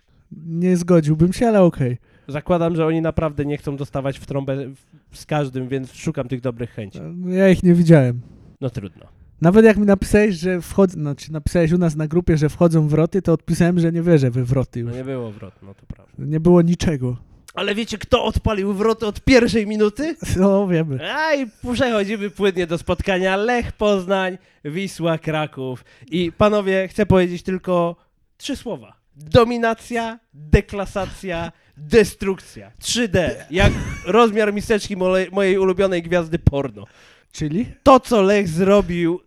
Speaker 2: Nie zgodziłbym się, ale okej.
Speaker 1: Zakładam, że oni naprawdę nie chcą dostawać w trąbę w- z każdym, więc szukam tych dobrych chęci.
Speaker 2: Ja ich nie widziałem.
Speaker 1: No trudno.
Speaker 2: Nawet jak mi napisałeś, że wchodzą, znaczy napisałeś u nas na grupie, że wchodzą wroty, to odpisałem, że nie wierzę we wroty
Speaker 1: No
Speaker 2: już.
Speaker 1: nie było wrot, no to prawda.
Speaker 2: Nie było niczego.
Speaker 1: Ale wiecie, kto odpalił wroty od pierwszej minuty?
Speaker 2: No wiemy.
Speaker 1: A i przechodzimy płynnie do spotkania Lech Poznań, Wisła Kraków. I panowie, chcę powiedzieć tylko trzy słowa. Dominacja, deklasacja, destrukcja. 3D, jak rozmiar miseczki mole- mojej ulubionej gwiazdy porno.
Speaker 2: Czyli?
Speaker 1: To, co Lech zrobił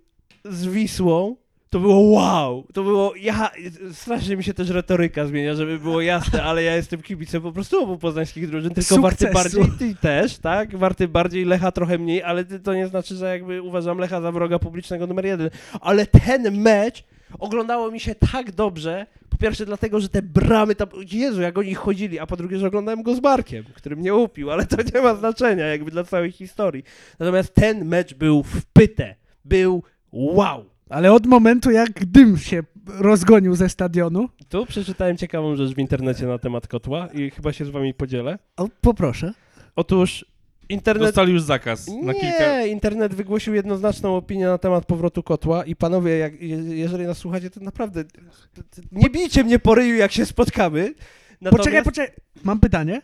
Speaker 1: z Wisłą, to było wow. To było, ja, strasznie mi się też retoryka zmienia, żeby było jasne, ale ja jestem kibicem po prostu obu poznańskich drużyn, tylko warty
Speaker 2: Sukcesu.
Speaker 1: bardziej, ty też, tak? Warty bardziej, Lecha trochę mniej, ale ty- to nie znaczy, że jakby uważam Lecha za wroga publicznego numer jeden. Ale ten mecz oglądało mi się tak dobrze, po pierwsze dlatego, że te bramy tam, Jezu, jak oni chodzili, a po drugie, że oglądałem go z Barkiem, który mnie upił, ale to nie ma znaczenia jakby dla całej historii. Natomiast ten mecz był w pytę, był wow.
Speaker 2: Ale od momentu, jak dym się rozgonił ze stadionu,
Speaker 1: Tu przeczytałem ciekawą rzecz w internecie na temat kotła i chyba się z wami podzielę.
Speaker 2: o, poproszę.
Speaker 1: Otóż internet
Speaker 3: Dostali już zakaz
Speaker 1: Nie,
Speaker 3: na kilka...
Speaker 1: internet wygłosił jednoznaczną opinię na temat powrotu kotła i panowie, jak, je, jeżeli nas słuchacie, to naprawdę t- t- nie bijcie mnie po ryju, jak się spotkamy. Natomiast...
Speaker 2: Poczekaj, poczekaj. Mam pytanie.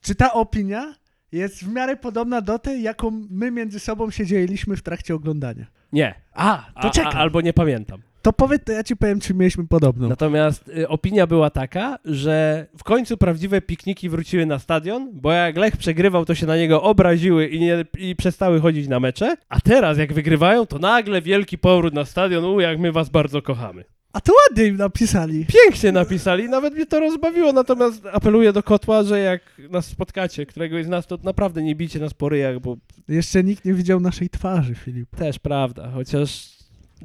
Speaker 2: Czy ta opinia jest w miarę podobna do tej, jaką my między sobą się dzieliliśmy w trakcie oglądania?
Speaker 1: Nie,
Speaker 2: A, to
Speaker 1: a, a,
Speaker 2: czekaj.
Speaker 1: albo nie pamiętam.
Speaker 2: To powiedz, to ja ci powiem, czy mieliśmy podobną.
Speaker 1: Natomiast y, opinia była taka, że w końcu prawdziwe pikniki wróciły na stadion, bo jak Lech przegrywał, to się na niego obraziły i, nie, i przestały chodzić na mecze, a teraz jak wygrywają, to nagle wielki powrót na stadion, u, jak my was bardzo kochamy.
Speaker 2: A to ładnie im napisali.
Speaker 1: pięknie napisali, nawet mnie to rozbawiło, natomiast apeluję do kotła, że jak nas spotkacie, któregoś z nas, to naprawdę nie bijcie nas po ryjach, bo
Speaker 2: Jeszcze nikt nie widział naszej twarzy, Filip.
Speaker 1: też prawda, chociaż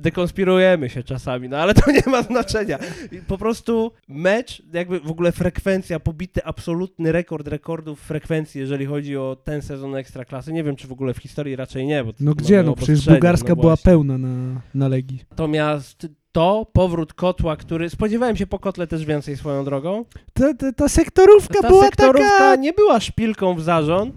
Speaker 1: dekonspirujemy się czasami, no ale to nie ma znaczenia. I Po prostu mecz, jakby w ogóle frekwencja, pobity absolutny rekord rekordów frekwencji, jeżeli chodzi o ten sezon Ekstraklasy. Nie wiem, czy w ogóle w historii raczej nie, bo to
Speaker 2: No
Speaker 1: mamy
Speaker 2: gdzie, no przecież
Speaker 1: obostrzenia,
Speaker 2: bułgarska
Speaker 1: no
Speaker 2: była
Speaker 1: właśnie.
Speaker 2: pełna na, na Legii.
Speaker 1: Natomiast to powrót kotła, który spodziewałem się po kotle też więcej swoją drogą.
Speaker 2: Ta, ta, ta sektorówka
Speaker 1: Ta
Speaker 2: była
Speaker 1: sektorówka
Speaker 2: taka...
Speaker 1: nie była szpilką w zarząd,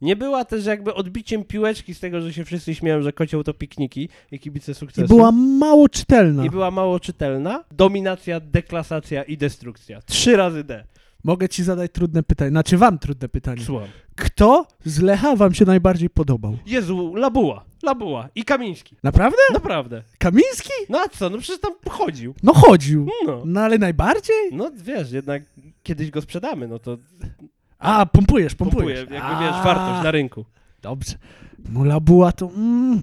Speaker 1: nie była też jakby odbiciem piłeczki z tego, że się wszyscy śmieją, że kocioł to pikniki i kibice
Speaker 2: I
Speaker 1: sukcesu.
Speaker 2: była mało czytelna.
Speaker 1: I była mało czytelna. Dominacja, deklasacja i destrukcja. Trzy razy D.
Speaker 2: Mogę ci zadać trudne pytanie, znaczy wam trudne pytanie.
Speaker 1: Słucham.
Speaker 2: Kto z Lecha wam się najbardziej podobał?
Speaker 1: Jezu, Labuła, Labuła i Kamiński.
Speaker 2: Naprawdę?
Speaker 1: Naprawdę.
Speaker 2: Kamiński?
Speaker 1: No a co, no przecież tam chodził.
Speaker 2: No chodził.
Speaker 1: No.
Speaker 2: No ale najbardziej?
Speaker 1: No wiesz, jednak kiedyś go sprzedamy, no to
Speaker 2: A, pompujesz,
Speaker 1: kupuje,
Speaker 2: pompujesz.
Speaker 1: jakby
Speaker 2: A,
Speaker 1: wiesz, wartość na rynku.
Speaker 2: Dobrze. Mula była to... Mm,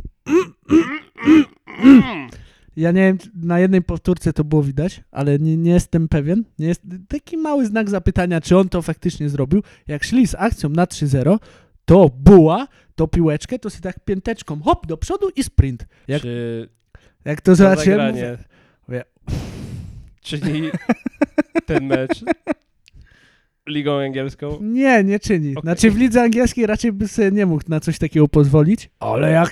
Speaker 2: ja nie wiem, czy na jednej powtórce to było widać, ale nie, nie jestem pewien. Nie jest, taki mały znak zapytania, czy on to faktycznie zrobił. Jak szli z akcją na 3-0, to buła, to piłeczkę, to sobie tak pięteczką hop do przodu i sprint. Jak,
Speaker 1: Czy
Speaker 2: jak to
Speaker 1: to
Speaker 2: zobaczyłem, mówię,
Speaker 1: zagranie
Speaker 2: mówię,
Speaker 1: czyni ten mecz ligą angielską.
Speaker 2: Nie, nie czyni.
Speaker 1: Okej.
Speaker 2: Znaczy w lidze angielskiej raczej by sobie nie mógł na coś takiego pozwolić. Ale jak...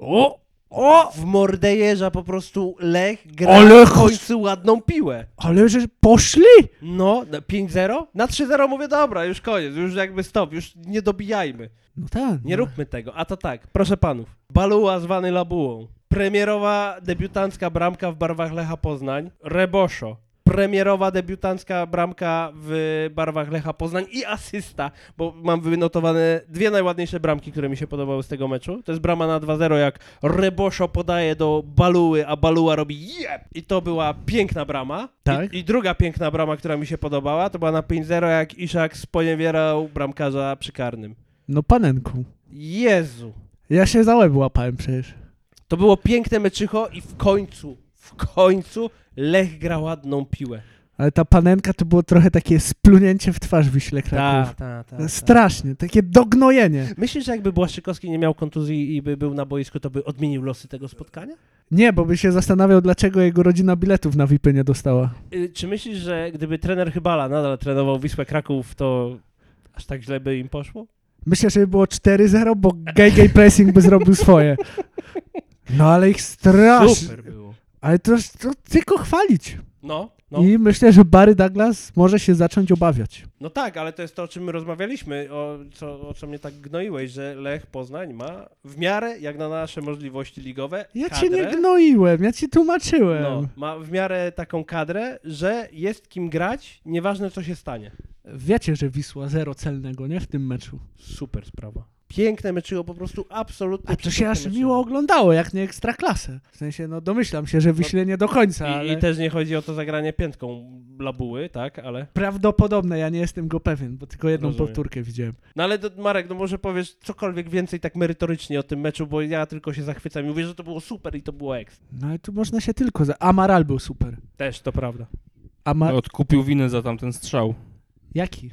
Speaker 2: O! O!
Speaker 1: W mordejerza po prostu Lech gra
Speaker 2: Ale
Speaker 1: w końcu ładną piłę.
Speaker 2: Ale że poszli!
Speaker 1: No, na 5-0? Na 3-0 mówię, dobra, już koniec, już jakby stop, już nie dobijajmy.
Speaker 2: No tak.
Speaker 1: Nie
Speaker 2: no.
Speaker 1: róbmy tego. A to tak, proszę panów. Baluła zwany Labułą. Premierowa debiutancka bramka w barwach Lecha Poznań. Reboszo. Premierowa debiutancka bramka w barwach Lecha Poznań i asysta, bo mam wynotowane dwie najładniejsze bramki, które mi się podobały z tego meczu. To jest brama na 2-0, jak Reboszo podaje do Baluły, a Baluła robi jeb! I to była piękna brama.
Speaker 2: Tak.
Speaker 1: I, I druga piękna brama, która mi się podobała, to była na 5-0, jak Iszak sponiewierał bramkarza przy karnym.
Speaker 2: No panenku.
Speaker 1: Jezu!
Speaker 2: Ja się za łeb łapałem przecież.
Speaker 1: To było piękne meczycho i w końcu, w końcu Lech gra ładną piłę.
Speaker 2: Ale ta panenka to było trochę takie splunięcie w twarz Wiśle Kraków.
Speaker 1: ta, ta.
Speaker 2: Tak. Strasznie, takie dognojenie.
Speaker 1: Myślisz, że jakby Błaszczykowski nie miał kontuzji i by był na boisku, to by odmienił losy tego spotkania?
Speaker 2: Nie, bo by się zastanawiał, dlaczego jego rodzina biletów na VIP nie dostała.
Speaker 1: Y, Czy myślisz, że gdyby trener Chybala nadal trenował Wisłę Kraków, to aż tak źle by im poszło?
Speaker 2: Myślę, że by było 4-0, bo gay gay pressing by zrobił swoje. No ale ich strasznie.
Speaker 1: Super było.
Speaker 2: Ale to, to tylko chwalić.
Speaker 1: No, no,
Speaker 2: I myślę, że Barry Douglas może się zacząć obawiać.
Speaker 1: no tak, ale to jest to, o czym my rozmawialiśmy, o co, o co mnie tak gnoiłeś, że Lech Poznań ma w miarę, jak na nasze możliwości ligowe,
Speaker 2: Ja cię
Speaker 1: kadrę,
Speaker 2: nie gnoiłem, ja ci tłumaczyłem.
Speaker 1: No, ma w miarę taką kadrę, że jest kim grać, nieważne co się stanie.
Speaker 2: Wiecie, że Wisła zero celnego, nie? W tym meczu.
Speaker 1: Super sprawa. Piękne meczyło, po prostu absolutnie.
Speaker 2: A to się
Speaker 1: przepiękne
Speaker 2: aż
Speaker 1: meczyło.
Speaker 2: miło oglądało, jak nie ekstraklasę. W sensie, no domyślam się, że Wiśle nie do końca,
Speaker 1: I,
Speaker 2: ale
Speaker 1: I też nie chodzi o to zagranie piętką labuły, tak, ale...
Speaker 2: prawdopodobne, ja nie jestem go pewien, bo tylko jedną
Speaker 1: Rozumiem.
Speaker 2: powtórkę widziałem.
Speaker 1: No ale do, Marek, no może powiesz cokolwiek więcej tak merytorycznie o tym meczu, bo ja tylko się zachwycam i mówię, że to było super i to było eks.
Speaker 2: No ale tu można się tylko... Za... Amaral był super.
Speaker 1: Też, to prawda.
Speaker 2: Ama...
Speaker 3: No, Odkupił winę za tamten strzał.
Speaker 2: Jaki?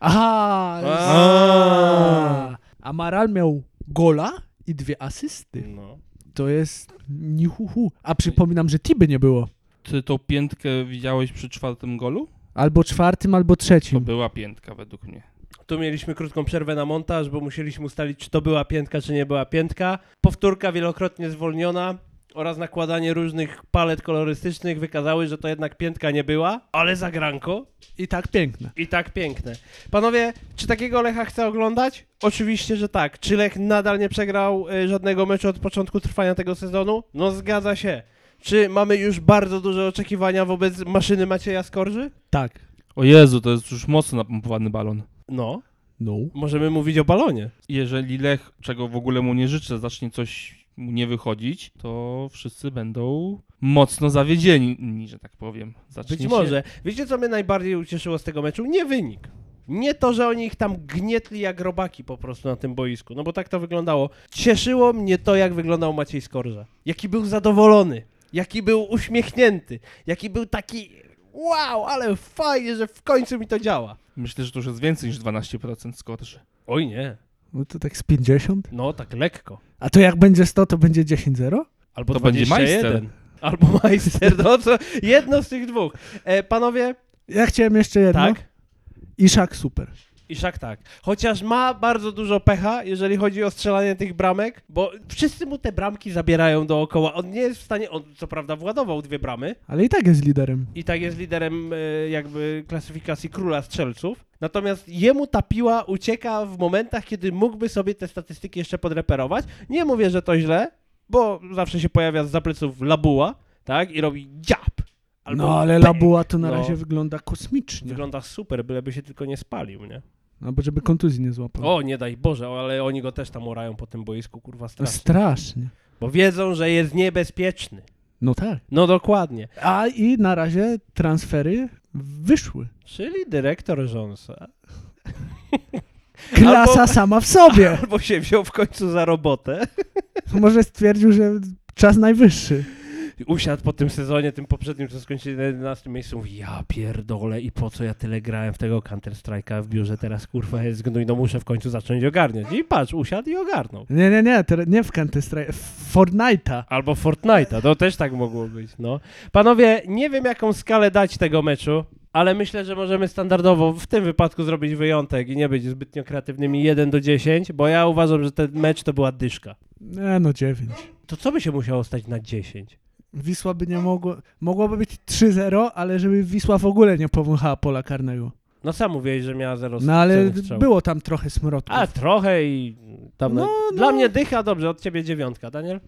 Speaker 2: Aha! ale-
Speaker 1: A.
Speaker 2: Amaral miał gola i dwie asysty.
Speaker 1: No.
Speaker 2: To jest nihuhu. A przypominam, że Tiby nie było.
Speaker 3: Ty tą piętkę widziałeś przy czwartym golu?
Speaker 2: Albo czwartym, albo
Speaker 3: To
Speaker 2: trzecim.
Speaker 3: była piętka według mnie.
Speaker 1: Tu mieliśmy krótką przerwę na montaż, bo musieliśmy ustalić, czy to była piętka, czy nie była piętka. Powtórka wielokrotnie zwolniona. oraz nakładanie różnych palet kolorystycznych wykazały, że to jednak piętka nie była, ale zagranko
Speaker 2: I tak piękne.
Speaker 1: i tak piękne. Panowie, czy takiego Lecha chce oglądać? Oczywiście, że tak. Czy Lech nadal nie przegrał y, żadnego meczu od początku trwania tego sezonu? No zgadza się. Czy mamy już bardzo duże oczekiwania wobec maszyny Macieja Skorży?
Speaker 2: Tak.
Speaker 3: O Jezu, to jest już mocno napompowany balon.
Speaker 1: No,
Speaker 2: No.
Speaker 1: możemy mówić o balonie.
Speaker 3: Jeżeli Lech, czego w ogóle mu nie życzę, zacznie coś mu nie wychodzić, to wszyscy będą mocno zawiedzieni, że tak powiem. Zacznie
Speaker 1: Być
Speaker 3: się-
Speaker 1: może. Wiecie, co mnie najbardziej ucieszyło z tego meczu? Nie wynik. Nie to, że oni ich tam gnietli jak robaki po prostu na tym boisku, no bo tak to wyglądało. Cieszyło mnie to, jak wyglądał Maciej Skorża. Jaki był zadowolony, jaki był uśmiechnięty, jaki był taki wow, ale fajnie, że w końcu mi to działa.
Speaker 3: Myślę, że to już jest więcej niż 12% skorży.
Speaker 1: Oj nie,
Speaker 2: No to tak z 50?
Speaker 1: no tak lekko.
Speaker 2: A to jak będzie 100, to będzie 10-0?
Speaker 1: Albo
Speaker 3: To będzie
Speaker 1: 21.
Speaker 3: majster.
Speaker 1: Albo majster, no co? Jedno z tych dwóch. E, panowie,
Speaker 2: Ja chciałem jeszcze jedno.
Speaker 1: tak?
Speaker 2: Iszak super.
Speaker 1: Iszak tak. Chociaż ma bardzo dużo pecha, jeżeli chodzi o strzelanie tych bramek, bo wszyscy mu te bramki zabierają dookoła. On nie jest w stanie, on co prawda władował dwie bramy
Speaker 2: Ale i tak jest liderem.
Speaker 1: i tak jest liderem e, jakby klasyfikacji króla strzelców. Natomiast jemu ta piła ucieka w momentach, kiedy mógłby sobie te statystyki jeszcze podreperować. Nie mówię, że to źle, bo zawsze się pojawia z zapleców labuła, tak? I robi dziab. Albo
Speaker 2: no ale
Speaker 1: pęk.
Speaker 2: Labuła to na
Speaker 1: No.
Speaker 2: razie wygląda kosmicznie.
Speaker 1: Wygląda super, byleby się tylko nie spalił, nie?
Speaker 2: Albo żeby kontuzji nie złapał.
Speaker 1: O, nie daj Boże, ale oni go też tam orają po tym boisku, kurwa,
Speaker 2: no
Speaker 1: strasznie.
Speaker 2: strasznie.
Speaker 1: Bo wiedzą, że jest niebezpieczny.
Speaker 2: No tak.
Speaker 1: No dokładnie.
Speaker 2: A i na razie transfery wyszły.
Speaker 1: Czyli dyrektor Jonesa
Speaker 2: Klasa
Speaker 1: Albo-
Speaker 2: sama w sobie.
Speaker 1: albo się wziął w końcu za robotę,
Speaker 2: Może stwierdził, że czas najwyższy.
Speaker 1: usiadł po tym sezonie, tym poprzednim, co skończyli na 11 miejscu, mówi, ja pierdolę i po co ja tyle grałem w tego Counter-Strike'a w biurze, teraz kurwa jest gnój, no muszę w końcu zacząć ogarniać. I patrz, usiadł i ogarnął.
Speaker 2: Nie, nie, nie, teraz nie w Counter Strike, w Fortnite'a.
Speaker 1: Albo Fortnite'a, to też tak mogło być, no. Panowie, nie wiem jaką skalę dać tego meczu, ale myślę, że możemy standardowo w tym wypadku zrobić wyjątek i nie być zbytnio kreatywnymi 1 do 10, bo ja uważam, że ten mecz to była dyszka.
Speaker 2: Nie, no 9.
Speaker 1: To co by się musiało stać na 10?
Speaker 2: Wisła by nie mogło, mogłoby być 3-0, ale żeby Wisła w ogóle nie powąchała pola karnego.
Speaker 1: No sam mówiłeś, że miała 0
Speaker 2: No ale
Speaker 1: strzał.
Speaker 2: było tam trochę smrodków.
Speaker 1: A trochę i tam...
Speaker 2: No, no.
Speaker 1: Dla mnie dycha, dobrze, od ciebie dziewiątka, Daniel?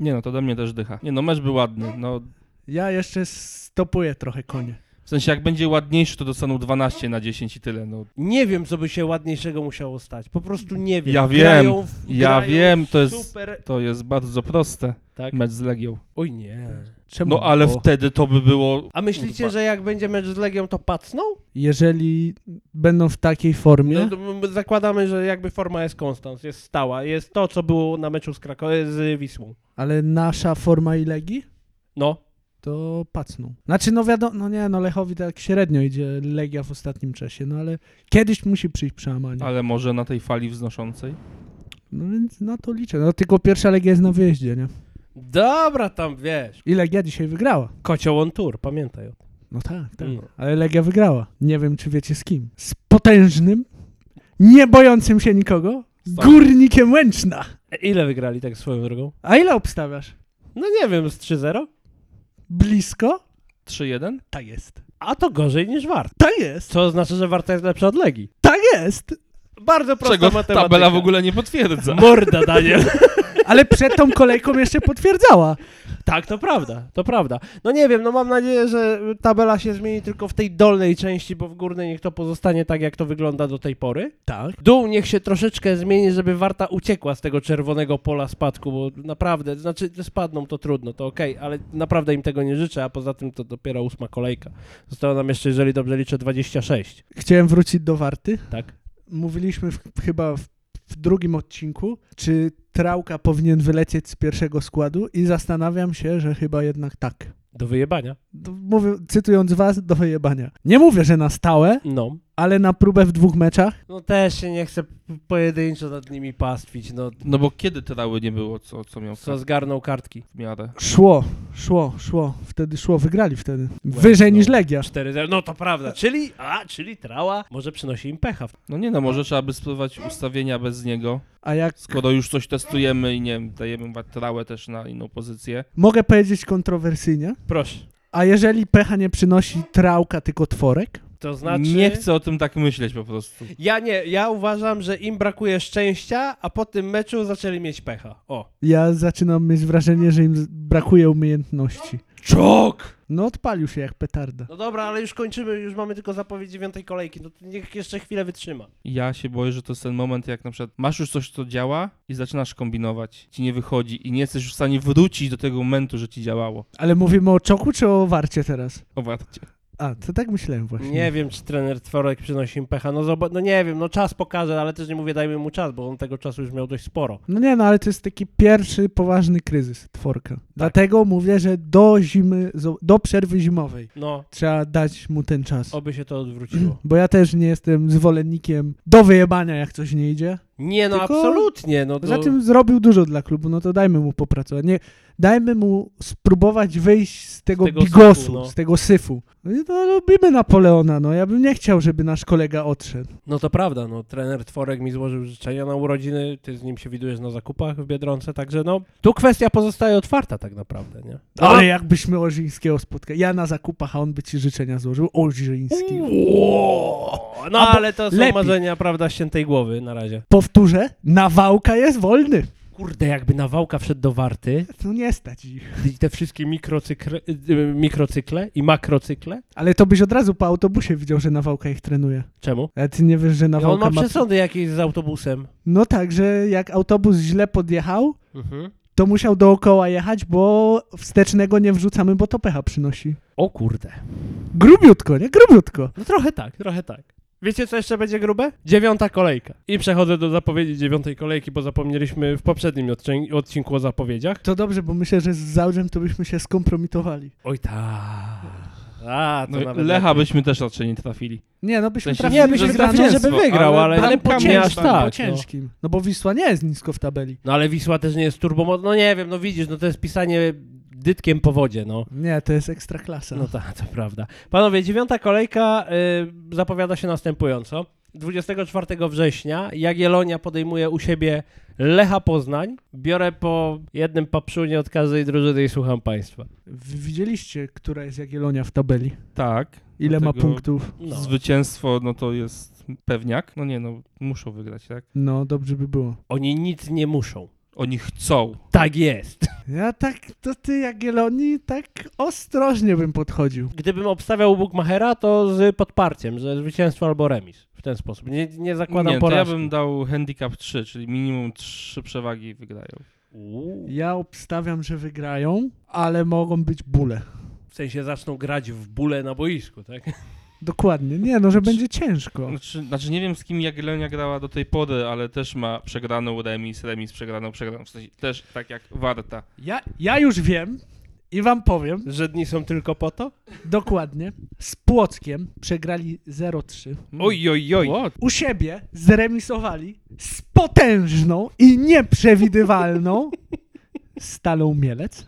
Speaker 3: Nie no, to do mnie też dycha. Nie no, mecz był ładny. No,
Speaker 2: Ja jeszcze stopuję trochę konie.
Speaker 3: w sensie jak będzie ładniejszy, to dostaną 12 na 10 i tyle. No,
Speaker 1: Nie wiem, co by się ładniejszego musiało stać, po prostu nie wiem.
Speaker 3: Ja wiem,
Speaker 1: Grają w-
Speaker 3: ja
Speaker 1: grają
Speaker 3: wiem, to jest-
Speaker 1: Super...
Speaker 3: to jest bardzo proste.
Speaker 1: Tak?
Speaker 3: Mecz z Legią.
Speaker 1: Oj nie...
Speaker 2: Czemu?
Speaker 3: No ale
Speaker 2: Bo
Speaker 3: wtedy to by było...
Speaker 1: A myślicie,
Speaker 3: Kurwa.
Speaker 1: że jak będzie mecz z Legią, to pacną?
Speaker 2: Jeżeli będą w takiej formie,
Speaker 1: No, to m- zakładamy, że jakby forma jest konstans, jest stała. Jest to, co było na meczu z, Krako- z Wisłą.
Speaker 2: ale nasza forma i Legii,
Speaker 1: No,
Speaker 2: to pacną. Znaczy, no wiadomo, no nie, no Lechowi tak średnio idzie Legia w ostatnim czasie, no ale kiedyś musi przyjść przełamanie.
Speaker 3: Ale może na tej fali wznoszącej?
Speaker 2: No więc na to liczę. No tylko pierwsza Legia jest na wyjeździe, nie?
Speaker 1: dobra, tam wiesz.
Speaker 2: I Legia dzisiaj wygrała.
Speaker 1: Kocioł on tour, pamiętaj. o tym.
Speaker 2: No tak, tak.
Speaker 1: Mm.
Speaker 2: Ale Legia wygrała. Nie wiem, czy wiecie z kim. Z potężnym, nie bojącym się nikogo, górnikiem Łęczna.
Speaker 1: E, Ile wygrali tak swoją drogą?
Speaker 2: A ile obstawiasz?
Speaker 1: No nie wiem, z 3-0?
Speaker 2: Blisko?
Speaker 3: 3-1?
Speaker 2: Tak jest.
Speaker 1: A to gorzej niż Wart.
Speaker 2: Tak jest.
Speaker 1: Co oznacza, że Warta jest lepsza od Legii.
Speaker 2: Tak jest.
Speaker 1: Bardzo prosta
Speaker 3: Czego
Speaker 1: matematyka.
Speaker 3: tabela w ogóle nie potwierdza.
Speaker 1: Morda, Daniel.
Speaker 2: Ale przed tą kolejką jeszcze potwierdzała.
Speaker 1: tak, to prawda, to prawda. No nie wiem, no mam nadzieję, że tabela się zmieni tylko w tej dolnej części, bo w górnej niech to pozostanie tak, jak to wygląda do tej pory.
Speaker 2: Tak.
Speaker 1: Dół niech się troszeczkę zmieni, żeby Warta uciekła z tego czerwonego pola spadku, bo naprawdę, znaczy że spadną to trudno, to okej, ale naprawdę im tego nie życzę, a poza tym to dopiero ósma kolejka. Zostało nam jeszcze, jeżeli dobrze liczę, 26,
Speaker 2: Chciałem wrócić do Warty.
Speaker 1: tak?
Speaker 2: Mówiliśmy w, chyba w, w drugim odcinku, czy Trauka powinien wylecieć z pierwszego składu i zastanawiam się, że chyba jednak tak.
Speaker 1: Do wyjebania.
Speaker 2: D- Mówię, cytując was, do wyjebania. Nie mówię, że na stałe,
Speaker 1: No.
Speaker 2: ale na próbę w dwóch meczach.
Speaker 1: No też się nie chcę p- pojedynczo nad nimi pastwić, no
Speaker 3: No bo kiedy trały nie było, co, co miał
Speaker 1: co
Speaker 3: co
Speaker 1: zgarnął kartki.
Speaker 3: w miarę?
Speaker 2: Szło, szło, szło. Wtedy szło, wygrali wtedy.
Speaker 3: Łeb,
Speaker 2: Wyżej
Speaker 3: no.
Speaker 2: niż Legia.
Speaker 1: 4-0, no to prawda, czyli, a, czyli trała może przynosi im pecha.
Speaker 3: No nie no, może trzeba by spróbować ustawienia bez niego,
Speaker 2: A jak
Speaker 3: skoro już coś testujemy i nie wiem, dajemy chyba trałę też na inną pozycję.
Speaker 2: mogę powiedzieć kontrowersyjnie,
Speaker 1: Proszę.
Speaker 2: a jeżeli pecha nie przynosi trałka, tylko tworek?
Speaker 1: To znaczy...
Speaker 3: Nie chcę o tym tak myśleć po prostu.
Speaker 1: Ja nie, ja uważam, że im brakuje szczęścia, a po tym meczu zaczęli mieć pecha. O.
Speaker 2: Ja zaczynam mieć wrażenie, że im z- brakuje umiejętności.
Speaker 3: Czok!
Speaker 2: No odpalił się jak petarda.
Speaker 1: No dobra, ale już kończymy, już mamy tylko zapowiedź dziewiątej kolejki, no to niech jeszcze chwilę wytrzyma.
Speaker 3: Ja się boję, że to jest ten moment, jak na przykład masz już coś, co działa i zaczynasz kombinować, ci nie wychodzi i nie jesteś już w stanie wrócić do tego momentu, że ci działało.
Speaker 2: Ale mówimy o czoku czy o warcie teraz?
Speaker 3: O warcie.
Speaker 2: A, to tak myślałem właśnie.
Speaker 1: Nie wiem, czy trener Tworek przynosi im pecha, no zoba- no nie wiem, no czas pokaże, ale też nie mówię dajmy mu czas, bo on tego czasu już miał dość sporo.
Speaker 2: No nie, no ale to jest taki pierwszy poważny kryzys tworka.
Speaker 1: Tak.
Speaker 2: Dlatego mówię, że do zimy, zo- do przerwy zimowej
Speaker 1: No,
Speaker 2: trzeba dać mu ten czas.
Speaker 1: oby się to odwróciło.
Speaker 2: Bo ja też nie jestem zwolennikiem do wyjebania, jak coś nie idzie.
Speaker 1: Nie, no
Speaker 2: Tylko-
Speaker 1: absolutnie, no to...
Speaker 2: Poza tym zrobił dużo dla klubu, no to dajmy mu popracować. Nie, dajmy mu spróbować wyjść z tego,
Speaker 1: tego
Speaker 2: bigosu,
Speaker 1: syfu, no.
Speaker 2: z tego syfu. No i No, lubimy Napoleona, no ja bym nie chciał, żeby nasz kolega odszedł.
Speaker 1: No to prawda, no trener Tworek mi złożył życzenia na urodziny, ty z nim się widujesz na zakupach w Biedronce, także no, tu kwestia pozostaje otwarta tak naprawdę, nie?
Speaker 2: Ale jakbyśmy Olżyńskiego spotkali. Ja na zakupach, a on by ci życzenia złożył. Olżyński.
Speaker 1: Ło! No
Speaker 2: A bo-
Speaker 1: ale to są
Speaker 2: lepiej.
Speaker 1: marzenia, prawda, ściętej głowy na razie.
Speaker 2: Powtórzę, nawałka jest wolny.
Speaker 1: Kurde, jakby nawałka wszedł do warty
Speaker 2: To nie stać ich.
Speaker 1: i te wszystkie mikrocykle, y, mikrocykle i makrocykle.
Speaker 2: Ale to byś od razu po autobusie widział, że nawałka ich trenuje.
Speaker 1: Czemu?
Speaker 2: Ale ty nie wiesz, że
Speaker 1: No on
Speaker 2: nawałka
Speaker 1: ma
Speaker 2: ma...
Speaker 1: przesądy jakieś z autobusem.
Speaker 2: No tak, że jak autobus źle podjechał,
Speaker 1: Mhm.
Speaker 2: to musiał dookoła jechać, bo wstecznego nie wrzucamy, bo to pecha przynosi.
Speaker 1: O kurde.
Speaker 2: Grubiutko, nie? Grubiutko.
Speaker 1: No trochę tak, trochę tak. Wiecie, co jeszcze będzie grube? Dziewiąta kolejka. I przechodzę do zapowiedzi dziewiątej kolejki, bo zapomnieliśmy w poprzednim odcię- odcinku o zapowiedziach.
Speaker 2: To dobrze, bo myślę, że z Zaudrzem to byśmy się skompromitowali.
Speaker 1: Oj ta. A, to
Speaker 3: No,
Speaker 1: nawet
Speaker 3: Lecha
Speaker 1: lepiej.
Speaker 3: byśmy też raczej nie trafili.
Speaker 2: Nie, no byśmy
Speaker 3: W sensie-
Speaker 2: trafili
Speaker 1: Nie, byśmy
Speaker 2: do
Speaker 1: trafili,
Speaker 2: zwycięstwa.
Speaker 1: żeby wygrał, ale,
Speaker 2: Ale
Speaker 1: ale po
Speaker 2: po
Speaker 3: Kamil-
Speaker 1: nie aż
Speaker 2: po
Speaker 3: Kamil-
Speaker 1: tak. No.
Speaker 2: ciężkim. No. bo Wisła nie jest nisko w tabeli.
Speaker 1: no ale Wisła też nie jest turbo... No nie wiem, no widzisz, no to jest pisanie dytkiem po wodzie, no.
Speaker 2: Nie, to jest ekstra klasa.
Speaker 1: No tak, to prawda. Panowie, dziewiąta kolejka y, zapowiada się następująco. 24 września Jagiellonia podejmuje u siebie Lecha Poznań. Biorę po jednym papszunie od każdej drużyny i słucham państwa.
Speaker 2: W- Widzieliście, która jest Jagiellonia w tabeli?
Speaker 3: Tak.
Speaker 2: Ile ma
Speaker 3: Dlatego
Speaker 2: punktów?
Speaker 1: No.
Speaker 3: Zwycięstwo, no to jest pewniak. No nie no, muszą wygrać, tak?
Speaker 2: No, dobrze by było.
Speaker 1: Oni nic nie muszą.
Speaker 3: Oni chcą.
Speaker 1: Tak jest.
Speaker 2: Ja tak, to ty Jagiellonii tak ostrożnie bym podchodził.
Speaker 1: Gdybym obstawiał Bukmachera, to z podparciem, że zwycięstwo albo remis. W ten sposób. Nie, nie zakładam
Speaker 3: nie, to ja
Speaker 1: porażki.
Speaker 3: bym dał handicap 3, czyli minimum 3 przewagi wygrają.
Speaker 1: Uuu.
Speaker 2: Ja obstawiam, że wygrają, ale mogą być bóle.
Speaker 1: W sensie zaczną grać w bóle na boisku, tak?
Speaker 2: Dokładnie. Nie, no, że będzie ciężko.
Speaker 3: Znaczy, znaczy nie wiem z kim Jagiellonia grała do tej pory, ale też ma przegraną remis, remis przegraną, przegraną. W sensie też tak jak Warta.
Speaker 2: Ja, ja już wiem i wam powiem
Speaker 1: Że dni są tylko po to?
Speaker 2: dokładnie. Z Płockiem przegrali 0-3.
Speaker 3: Oj, oj, oj.
Speaker 1: Mm. What?
Speaker 2: U siebie zremisowali z potężną i nieprzewidywalną Stalą Mielec.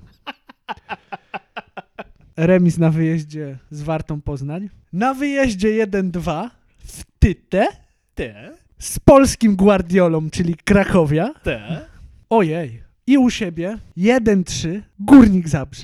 Speaker 2: Remis na wyjeździe z Wartą Poznań. Na wyjeździe 1-2 w Tytę
Speaker 1: Te,
Speaker 2: z polskim Guardiolą, czyli Krakowia.
Speaker 1: te.
Speaker 2: Ojej. I u siebie 1-3 Górnik Zabrze.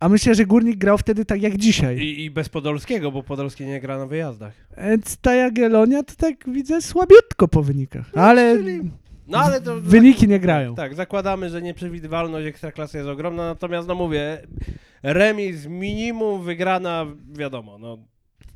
Speaker 2: A myślę, że Górnik grał wtedy tak jak dzisiaj.
Speaker 1: I, I bez Podolskiego, bo Podolski nie gra na wyjazdach.
Speaker 2: Więc ta Jagiellonia to tak widzę słabiutko po wynikach. Ale
Speaker 1: czyli- No ale to...
Speaker 2: wyniki nie grają.
Speaker 1: Tak, zakładamy, że nieprzewidywalność Ekstraklasy jest ogromna, natomiast no mówię, remis minimum, wygrana, wiadomo, no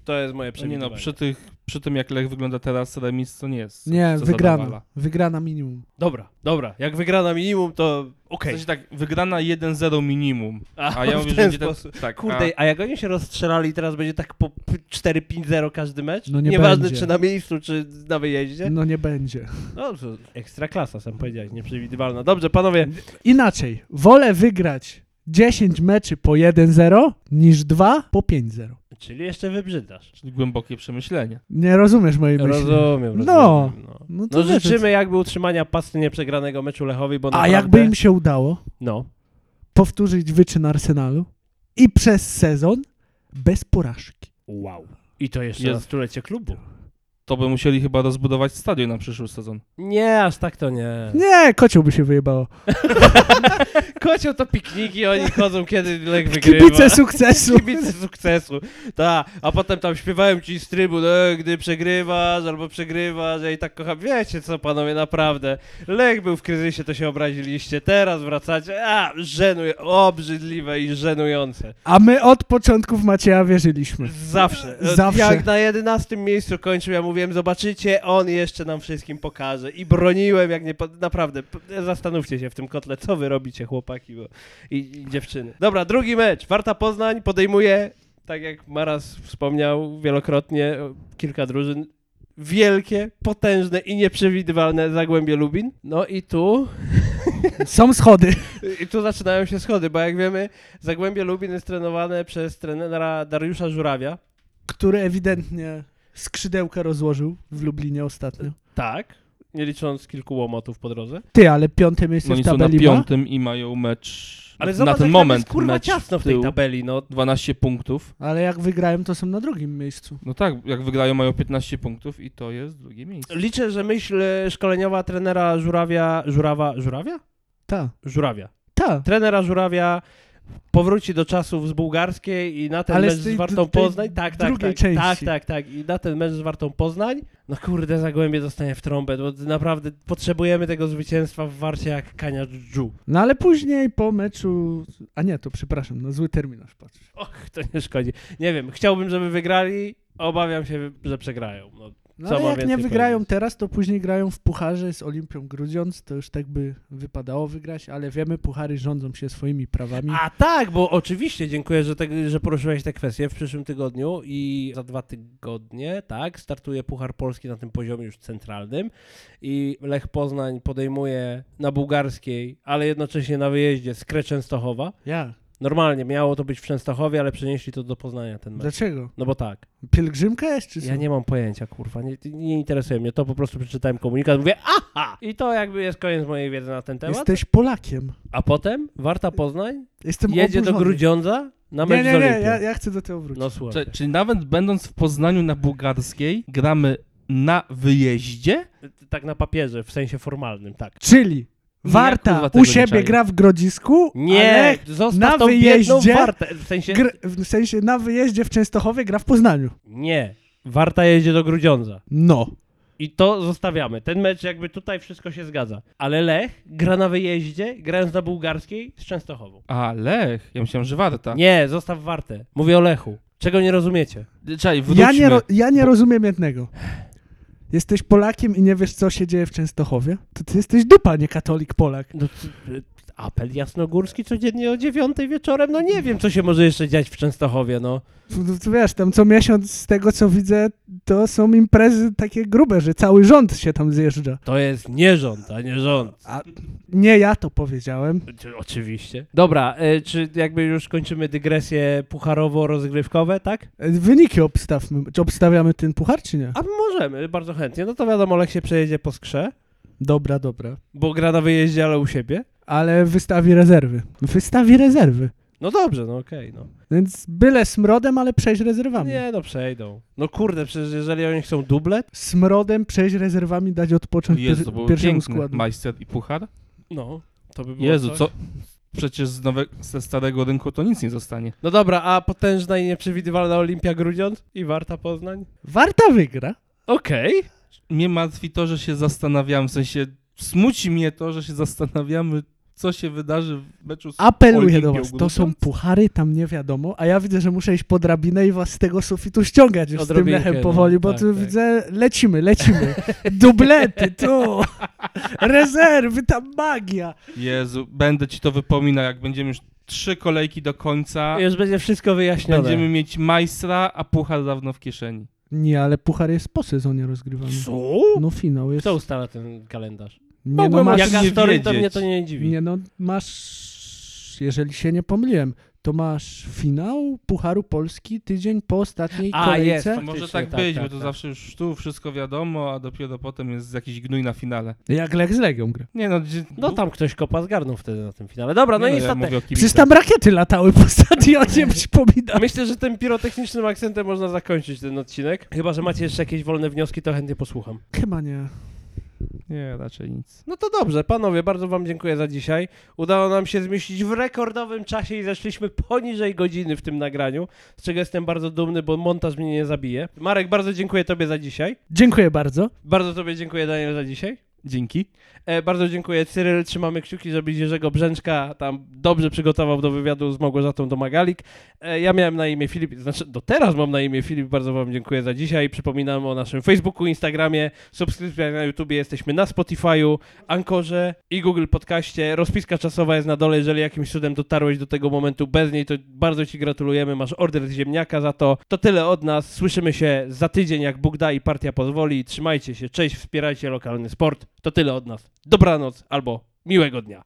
Speaker 1: to jest moje
Speaker 3: Nie no,
Speaker 1: przewidywanie.
Speaker 3: przy, tych, przy tym jak Lech wygląda teraz, remis to nie jest.
Speaker 2: Nie,
Speaker 3: co
Speaker 2: wygrana.
Speaker 3: zadowala.
Speaker 2: Wygrana minimum.
Speaker 1: Dobra, dobra, jak wygrana minimum, to
Speaker 3: W
Speaker 1: okej.
Speaker 3: sensie tak, wygrana 1-0 minimum.
Speaker 1: A,
Speaker 3: A ja
Speaker 1: w
Speaker 3: mówię, że
Speaker 1: ten
Speaker 3: będzie
Speaker 1: sposób.
Speaker 3: tak. tak
Speaker 1: Kurde, a jak oni się rozstrzelali, teraz będzie tak po p- 4-5-0 każdy mecz?
Speaker 2: No nie
Speaker 1: Nieważne,
Speaker 2: będzie.
Speaker 1: czy na miejscu, czy na wyjeździe.
Speaker 2: No nie będzie.
Speaker 1: No, to ekstraklasa, sam powiedziałeś, nieprzewidywalna. Dobrze, panowie,
Speaker 2: Inaczej, wolę wygrać 10 meczy po 1-0 niż 2 po 5-0.
Speaker 1: Czyli jeszcze wybrzydasz.
Speaker 3: Czyli głębokie przemyślenie.
Speaker 2: Nie rozumiesz mojej myśli.
Speaker 1: Rozumiem,
Speaker 2: No.
Speaker 1: rozumiem, no.
Speaker 2: No to
Speaker 1: No
Speaker 2: wiesz,
Speaker 1: życzymy jakby utrzymania pasty nieprzegranego meczu Lechowi, bo
Speaker 2: A
Speaker 1: naprawdę...
Speaker 2: jakby im się udało
Speaker 1: No,
Speaker 2: powtórzyć wyczyn Arsenalu i przez sezon bez porażki.
Speaker 1: wow. I to jeszcze
Speaker 3: Jest-
Speaker 1: na stulecie klubu.
Speaker 3: To by musieli chyba rozbudować stadion na przyszły sezon.
Speaker 1: Nie, aż tak to nie.
Speaker 2: Nie, kocioł by się wyjebało.
Speaker 1: Kocioł to pikniki, oni chodzą kiedy Lech wygrywa.
Speaker 2: Kibice sukcesu.
Speaker 1: Kibice sukcesu. Ta, a potem tam śpiewałem ci z trybu, no, gdy przegrywasz albo przegrywasz, ja i tak kocham. Wiecie co, panowie, naprawdę. Lech był w kryzysie, to się obraziliście. Teraz wracacie. A, żenuje, obrzydliwe i żenujące.
Speaker 2: A my od początków Macieja wierzyliśmy.
Speaker 1: Zawsze. E,
Speaker 2: Zawsze.
Speaker 1: Jak na 11 miejscu kończył, ja mówiłem, zobaczycie, on jeszcze nam wszystkim pokaże. I broniłem, jak nie. po- Naprawdę, p- zastanówcie się w tym kotle, co wy robicie, chłopaki bo... I, i dziewczyny. Dobra, drugi mecz. Warta Poznań podejmuje, tak jak Maras wspomniał wielokrotnie, kilka drużyn. Wielkie, potężne i nieprzewidywalne zagłębie Lubin. No i tu
Speaker 2: Są schody.
Speaker 1: i tu zaczynają się schody, bo jak wiemy, Zagłębie Lubin jest trenowane przez trenera Dariusza Żurawia.
Speaker 2: Który ewidentnie skrzydełkę rozłożył w Lublinie ostatnio.
Speaker 1: Tak. Nie licząc kilku łomotów po drodze.
Speaker 2: Ty, ale piąte miejsce
Speaker 3: No
Speaker 2: w
Speaker 3: oni są na
Speaker 2: tabeli ma.
Speaker 3: piątym i mają mecz
Speaker 1: Ale
Speaker 3: na
Speaker 1: zobacz,
Speaker 3: ten
Speaker 1: jak tam
Speaker 3: moment.
Speaker 1: Jest, kurwa
Speaker 3: mecz
Speaker 1: ciasno w
Speaker 3: tył,
Speaker 1: tej tabeli, no.
Speaker 3: 12 punktów.
Speaker 2: Ale jak wygrałem, to są na drugim miejscu.
Speaker 3: No tak, jak wygrają mają 15 punktów i to jest drugie miejsce.
Speaker 1: Liczę, że myśl e, szkoleniowa trenera Żurawia... Żurawa... Żurawia?
Speaker 2: Ta,
Speaker 1: Żurawia.
Speaker 2: ta.
Speaker 1: Trenera Żurawia powróci do czasów z bułgarskiej i na ten
Speaker 2: Ale
Speaker 1: mecz
Speaker 2: z
Speaker 1: z,
Speaker 2: tej-
Speaker 1: Wartą
Speaker 2: tej
Speaker 1: Poznań. Tak, tak,
Speaker 2: drugiej
Speaker 1: tak,
Speaker 2: części.
Speaker 1: tak, tak, tak. I na ten mecz z Wartą Poznań. No kurde, Zagłębie dostanie w trąbę, bo naprawdę potrzebujemy tego zwycięstwa w Warcie jak kania dżdżu.
Speaker 2: No ale później po meczu... A nie, to przepraszam, no zły terminarz patrz.
Speaker 1: Och, to nie szkodzi. Nie wiem, chciałbym, żeby wygrali, obawiam się, że przegrają. No,
Speaker 2: No
Speaker 1: Co
Speaker 2: ale
Speaker 1: mam
Speaker 2: jak nie
Speaker 1: więcej
Speaker 2: wygrają
Speaker 1: powiedzieć?
Speaker 2: teraz, to później grają w pucharze z Olimpią Grudziądz, to już tak by wypadało wygrać, ale wiemy, puchary rządzą się swoimi prawami.
Speaker 1: A tak, bo oczywiście, dziękuję, że, te, że poruszyłeś tę kwestię w przyszłym tygodniu i za dwa tygodnie, tak, startuje Puchar Polski na tym poziomie już centralnym i Lech Poznań podejmuje na bułgarskiej, ale jednocześnie na wyjeździe skrę Częstochowa.
Speaker 2: Ja?
Speaker 1: Normalnie miało to być w Częstochowie, ale przenieśli to do Poznania ten mecz.
Speaker 2: Dlaczego?
Speaker 1: No bo tak,
Speaker 2: Pielgrzymka jest czy co?
Speaker 1: ja nie mam pojęcia, kurwa, nie, nie interesuje mnie to, po prostu przeczytałem komunikat, mówię aha! I to jakby jest koniec mojej wiedzy na ten temat.
Speaker 2: Jesteś Polakiem.
Speaker 1: A potem Warta Poznań
Speaker 2: Jestem
Speaker 1: jedzie do
Speaker 2: oburzony.
Speaker 1: Grudziądza na
Speaker 2: Nie,
Speaker 1: mecz
Speaker 2: nie,
Speaker 1: z
Speaker 2: nie,
Speaker 1: Olimpią.
Speaker 2: ja, ja chcę do tego wrócić.
Speaker 1: No słuchaj.
Speaker 3: Cze- czyli nawet będąc w Poznaniu na bułgarskiej, gramy na wyjeździe?
Speaker 1: Tak na papierze, w sensie formalnym, tak.
Speaker 2: Czyli
Speaker 3: Nie,
Speaker 2: Warta
Speaker 3: kurwa, tego
Speaker 2: u
Speaker 3: nie
Speaker 2: siebie
Speaker 3: czaję.
Speaker 2: gra w Grodzisku, ale
Speaker 1: Nie, zostaw
Speaker 2: na
Speaker 1: tą biedną
Speaker 2: wyjeździe-
Speaker 1: wartę. W sensie,
Speaker 2: gr- w sensie na wyjeździe w Częstochowie gra w Poznaniu.
Speaker 1: nie, Warta jedzie do Grudziądza.
Speaker 2: No.
Speaker 1: I to zostawiamy. Ten mecz jakby tutaj wszystko się zgadza. Ale Lech gra na wyjeździe, grając na bułgarskiej z Częstochową.
Speaker 3: A Lech, ja myślałem, że Warta.
Speaker 1: Nie, zostaw Wartę. Mówię o Lechu. Czego nie rozumiecie?
Speaker 3: Czekaj, wróćmy.
Speaker 2: Ja nie, ro- ja nie rozumiem jednego. Jesteś Polakiem i nie wiesz, co się dzieje w Częstochowie? To ty jesteś dupa, nie katolik Polak.
Speaker 1: No, c- y, apel jasnogórski codziennie o dziewiątej wieczorem. No nie wiem, co się może jeszcze dziać w Częstochowie, no.
Speaker 2: No, no, to Wiesz, tam co miesiąc z tego, co widzę, to są imprezy takie grube, że cały rząd się tam zjeżdża.
Speaker 1: To jest nie rząd, a nie rząd.
Speaker 2: Nie ja to powiedziałem.
Speaker 1: Czy- Oczywiście. Dobra, e, czy jakby już kończymy dygresję pucharowo-rozgrywkowe, tak?
Speaker 2: E, Wyniki obstawmy. Czy obstawiamy ten puchar, czy nie?
Speaker 1: A możemy, bardzo chętnie. No to wiadomo, Lech się przejedzie po skrze,
Speaker 2: Dobra, dobra.
Speaker 1: bo gra na wyjeździe, ale u siebie.
Speaker 2: Ale wystawi rezerwy. Wystawi rezerwy.
Speaker 1: No dobrze, no okej,
Speaker 2: Więc byle smrodem, ale przejść
Speaker 1: no.
Speaker 2: rezerwami.
Speaker 1: Nie, no przejdą. No kurde, przecież jeżeli oni chcą dublet,
Speaker 2: Smrodem przejść rezerwami, dać odpocząć
Speaker 3: Jezu,
Speaker 2: pier-
Speaker 3: to był
Speaker 2: pierwszemu
Speaker 3: piękny
Speaker 2: składu.
Speaker 3: majster i puchar.
Speaker 1: no, to by było
Speaker 3: Jezu,
Speaker 1: coś.
Speaker 3: co? Przecież z nowe, ze starego rynku to nic nie zostanie.
Speaker 1: No dobra, a potężna i nieprzewidywalna Olimpia Grudziądz i Warta Poznań?
Speaker 2: Warta wygra.
Speaker 1: Okej.
Speaker 3: Mnie martwi to, że się zastanawiam, w sensie smuci mnie to, że się zastanawiamy, co się wydarzy w meczu z
Speaker 2: Apeluję do
Speaker 3: Olimpią
Speaker 2: was. To
Speaker 3: Grudziądz.
Speaker 2: są puchary, tam nie wiadomo, a ja widzę, że muszę iść po drabinę i was z tego sufitu ściągać już z tym
Speaker 1: Odrobinkę,
Speaker 2: lechem powoli,
Speaker 1: no,
Speaker 2: bo
Speaker 1: tak,
Speaker 2: tu
Speaker 1: tak.
Speaker 2: widzę, lecimy, lecimy. Dublety tu, rezerwy, tam magia.
Speaker 3: Jezu, będę ci to wypominał, jak będziemy już trzy kolejki do końca,
Speaker 1: Już będzie wszystko wyjaśnione.
Speaker 3: będziemy mieć majstra, a puchar dawno w kieszeni.
Speaker 2: Nie, ale puchar jest po sezonie rozgrywany.
Speaker 1: Co?
Speaker 2: No finał jest.
Speaker 1: Kto ustala ten kalendarz?
Speaker 2: Nie, no
Speaker 3: Mogłem
Speaker 2: masz,
Speaker 3: jak-
Speaker 1: Jaka
Speaker 3: nie
Speaker 1: story, to
Speaker 3: wiedzieć.
Speaker 1: mnie to nie dziwi.
Speaker 2: nie no, masz, jeżeli się nie pomyliłem, to masz finał Pucharu Polski tydzień po ostatniej
Speaker 1: A,
Speaker 2: kolejce.
Speaker 1: jest.
Speaker 3: Może
Speaker 1: Faktycznie,
Speaker 3: tak,
Speaker 1: tak,
Speaker 3: być,
Speaker 1: tak,
Speaker 3: bo to
Speaker 1: tak.
Speaker 3: zawsze już tu wszystko wiadomo, a dopiero potem jest jakiś gnój na finale.
Speaker 2: Jak Lech z Legią gra.
Speaker 3: Nie no, gdzie-
Speaker 1: No tam ktoś kopa zgarnął wtedy na tym finale. Dobra, no
Speaker 3: nie
Speaker 1: i
Speaker 3: ja
Speaker 1: statek.
Speaker 3: mówię o kibicach.
Speaker 2: Przecież tam rakiety latały po stadionie, przypominam.
Speaker 1: Myślę, że tym pirotechnicznym akcentem można zakończyć ten odcinek. Chyba, że macie jeszcze jakieś wolne wnioski, to chętnie posłucham.
Speaker 2: Chyba nie.
Speaker 3: Nie, raczej nic.
Speaker 1: No to dobrze, panowie, bardzo wam dziękuję za dzisiaj. Udało nam się zmieścić w rekordowym czasie i zeszliśmy poniżej godziny w tym nagraniu, z czego jestem bardzo dumny, bo montaż mnie nie zabije. Marek, bardzo dziękuję tobie za dzisiaj.
Speaker 2: Dziękuję bardzo.
Speaker 1: Bardzo tobie dziękuję, Daniel, za dzisiaj.
Speaker 3: Dzięki.
Speaker 1: E, bardzo dziękuję, Cyryl. Trzymamy kciuki, żeby Jerzego Brzęczka tam dobrze przygotował do wywiadu z Małgorzatą Domagalik. E, ja miałem na imię Filip, znaczy do teraz mam na imię Filip. Bardzo wam dziękuję za dzisiaj. Przypominam o naszym Facebooku, Instagramie, subskrypcjach na YouTubie. Jesteśmy na Spotify'u, Ankorze i Google Podcaście. Rozpiska czasowa jest na dole. Jeżeli jakimś cudem dotarłeś do tego momentu bez niej, to bardzo ci gratulujemy. Masz order z ziemniaka za to. To tyle od nas. Słyszymy się za tydzień, jak Bóg da i partia pozwoli. Trzymajcie się, cześć, wspierajcie lokalny sport. To tyle od nas. Dobranoc albo miłego dnia.